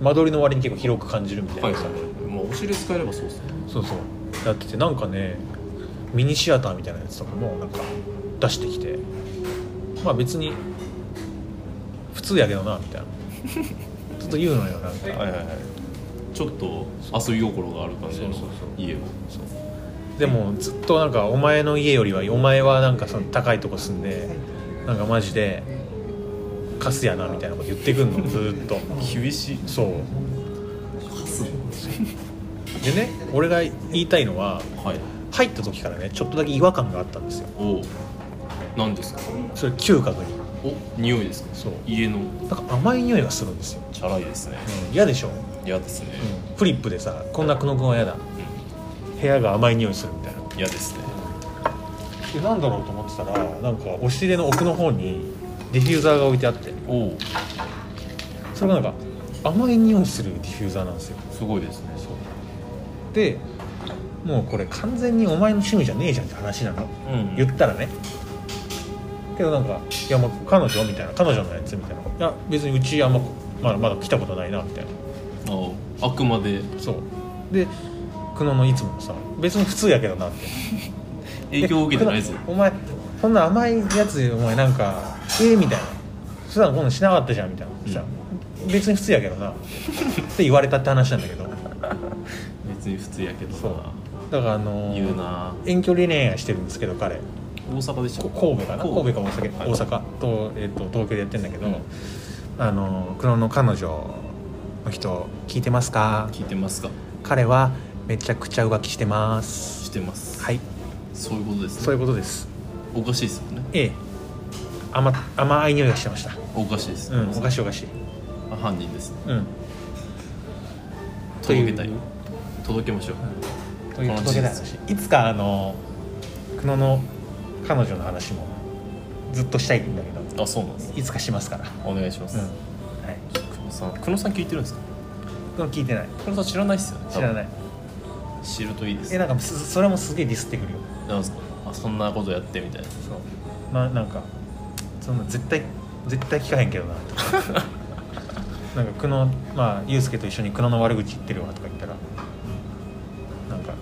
[SPEAKER 1] 間取りの割に結構広く感じるみた
[SPEAKER 2] はいい
[SPEAKER 1] なさ、
[SPEAKER 2] はいまあお尻使えればそうっすね
[SPEAKER 1] そうそうやっててなんかねミニシアターみたいなやつとかもなんか出してきてまあ別に普通やけどなみたいなちょっと言うのよなんか、
[SPEAKER 2] はいはいはいちょっと遊び心がある感じの
[SPEAKER 1] そうそうそう
[SPEAKER 2] 家を
[SPEAKER 1] でもずっとなんかお前の家よりはお前はなんかその高いとこ住んでなんかマジでカスやなみたいなこと言ってくんのずーっと
[SPEAKER 2] 厳しい
[SPEAKER 1] そう
[SPEAKER 2] カス
[SPEAKER 1] でね俺が言いたいのは
[SPEAKER 2] はい
[SPEAKER 1] 入った時からねちょっとだけ違和感があったんですよ
[SPEAKER 2] お何ですか
[SPEAKER 1] それ嗅覚に
[SPEAKER 2] お匂いですか
[SPEAKER 1] そう
[SPEAKER 2] 家の
[SPEAKER 1] なんか甘い匂いがするんですよ、
[SPEAKER 2] チャラいですね
[SPEAKER 1] うん嫌でしょ、
[SPEAKER 2] 嫌ですね
[SPEAKER 1] うんフリップでさこんな久野君は嫌だ部屋が甘い匂いするみたいな
[SPEAKER 2] 嫌ですね
[SPEAKER 1] でなんだろうと思ってたらなんか押し入れの奥の方にディフューザーが置いてあって
[SPEAKER 2] おお
[SPEAKER 1] それがなんか甘い匂いするディフューザーなんですよ
[SPEAKER 2] すごいですね
[SPEAKER 1] でもうこれ完全にお前の趣味じゃねえじゃんって話なの
[SPEAKER 2] うん
[SPEAKER 1] 言ったらねけどなんか「いやまあ彼女?」みたいな「彼女のやつ?」みたいな「いや別にうちあんままだまだ来たことないな」みたいな
[SPEAKER 2] ああくまで
[SPEAKER 1] そうで久野のいつものさ別に普通やけどなって
[SPEAKER 2] 影響を受けてないぞ
[SPEAKER 1] で久野 お前こんな甘いやつお前なんかええみたいな普段こんなんしなかったじゃんみたいなさ、別に普通やけどなって言われたって話なんだけど
[SPEAKER 2] 別に普通やけど
[SPEAKER 1] そう
[SPEAKER 2] な
[SPEAKER 1] だからあのー
[SPEAKER 2] 言うな
[SPEAKER 1] 遠距離恋愛してるんですけど彼
[SPEAKER 2] 大阪でし
[SPEAKER 1] こ
[SPEAKER 2] た
[SPEAKER 1] 神戸かな神戸か大阪,、
[SPEAKER 2] はい
[SPEAKER 1] 大阪と,、えっと東京でやってんだけど、
[SPEAKER 2] うん
[SPEAKER 1] あの黒の彼女の人聞いてますか
[SPEAKER 2] 聞いてますか
[SPEAKER 1] 彼はめちゃくちゃ浮気してます
[SPEAKER 2] してます
[SPEAKER 1] はい
[SPEAKER 2] そういうことです
[SPEAKER 1] そう
[SPEAKER 2] ね
[SPEAKER 1] いうことです
[SPEAKER 2] おかしいですよね
[SPEAKER 1] ええ甘甘い匂いがしてました
[SPEAKER 2] おかしいです
[SPEAKER 1] うんおか
[SPEAKER 2] しい
[SPEAKER 1] しいおかしい
[SPEAKER 2] 犯人ですね
[SPEAKER 1] うん
[SPEAKER 2] 届けたい
[SPEAKER 1] という
[SPEAKER 2] 届けましょう
[SPEAKER 1] という
[SPEAKER 2] この
[SPEAKER 1] 届けたい
[SPEAKER 2] 事
[SPEAKER 1] 話いつかあの久野の彼女の話もずっとしたいんだけど
[SPEAKER 2] あそうなんです
[SPEAKER 1] いつかしますから
[SPEAKER 2] お願いします
[SPEAKER 1] うんはい
[SPEAKER 2] 久野さん久野さん聞いてるんですか
[SPEAKER 1] 久野聞いてない
[SPEAKER 2] 久野さん知らないっすよね
[SPEAKER 1] 知らないい
[SPEAKER 2] 知るといいです
[SPEAKER 1] え
[SPEAKER 2] ね
[SPEAKER 1] なんかすそれもすげえディスってくるよ
[SPEAKER 2] なんですかあそんなことやってみたいな
[SPEAKER 1] そうまあなんかそんな絶対絶対聞かへんけど なとかなんか久野まあユうスケと一緒に久野の悪口言ってるわとか言ったらなんか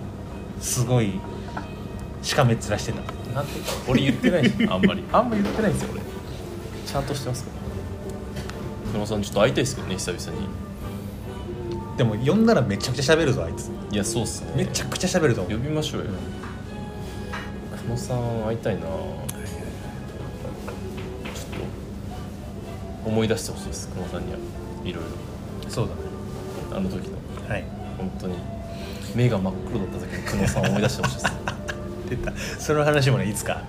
[SPEAKER 1] すごいしかめっ面してた
[SPEAKER 2] なんていうか俺言ってないし あんまりあんま言ってないんですよ俺ちゃんとしてますから久野さんちょっと会いたいですけどね久々に
[SPEAKER 1] でも呼んだらめちゃくちゃ喋るぞあいつ
[SPEAKER 2] いやそうっすね
[SPEAKER 1] めちゃくちゃ喋ると思
[SPEAKER 2] 呼
[SPEAKER 1] う
[SPEAKER 2] びましょうよ久野さん会いたいなちょっと思い出してほしいです久野さんにはいろい
[SPEAKER 1] そう
[SPEAKER 2] ろあの時の
[SPEAKER 1] だねはい
[SPEAKER 2] 本当に目が真っ黒だった時の久野さんを思い出してほしいです
[SPEAKER 1] 出たその話もねいつか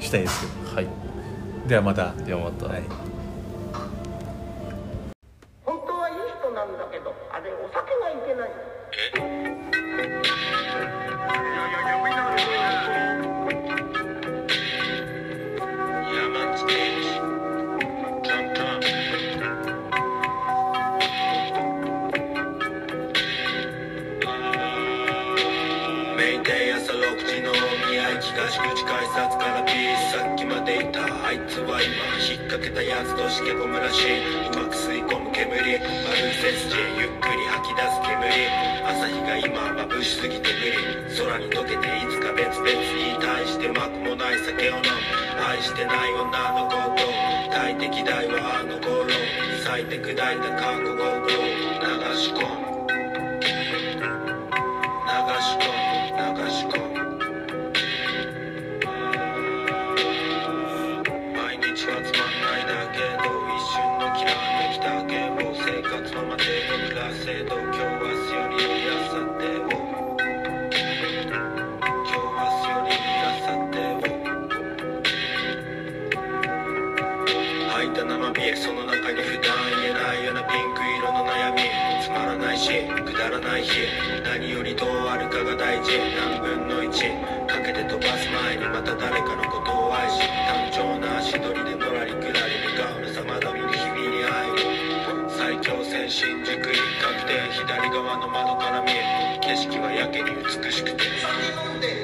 [SPEAKER 1] したいですけ
[SPEAKER 2] はい
[SPEAKER 1] どではまた
[SPEAKER 2] ではまた、
[SPEAKER 1] はい
[SPEAKER 3] 本当はいい人なんだけどあれお酒がいけない
[SPEAKER 4] メイデイ朝6時の宮市東口改札からピースさっきまでいたあいつは今引っ掛けたやつとしけ込むらしいうまく吸い込む煙丸い背筋ゆっくり吐き出す煙朝日が今眩しすぎて無理空に溶けていつか別々に対してまくもない酒を飲む愛してない女のこと大敵代はあの頃咲いて砕いた韓国語を流し込む流し込む流し込む毎日はつまんないだけど一瞬のきらめきだけを生活のまでの暮らせど今日明日より良い明後日を今日明日より良い明後日をないし何よりどうあるかが大事何分の1かけて飛ばす前にまた誰かのことを愛し単調な足取りでのらりくらり向かうのさまだ見に日々に会い最強線新宿一角で左側の窓から見える景色はやけに美しくて飲み込んで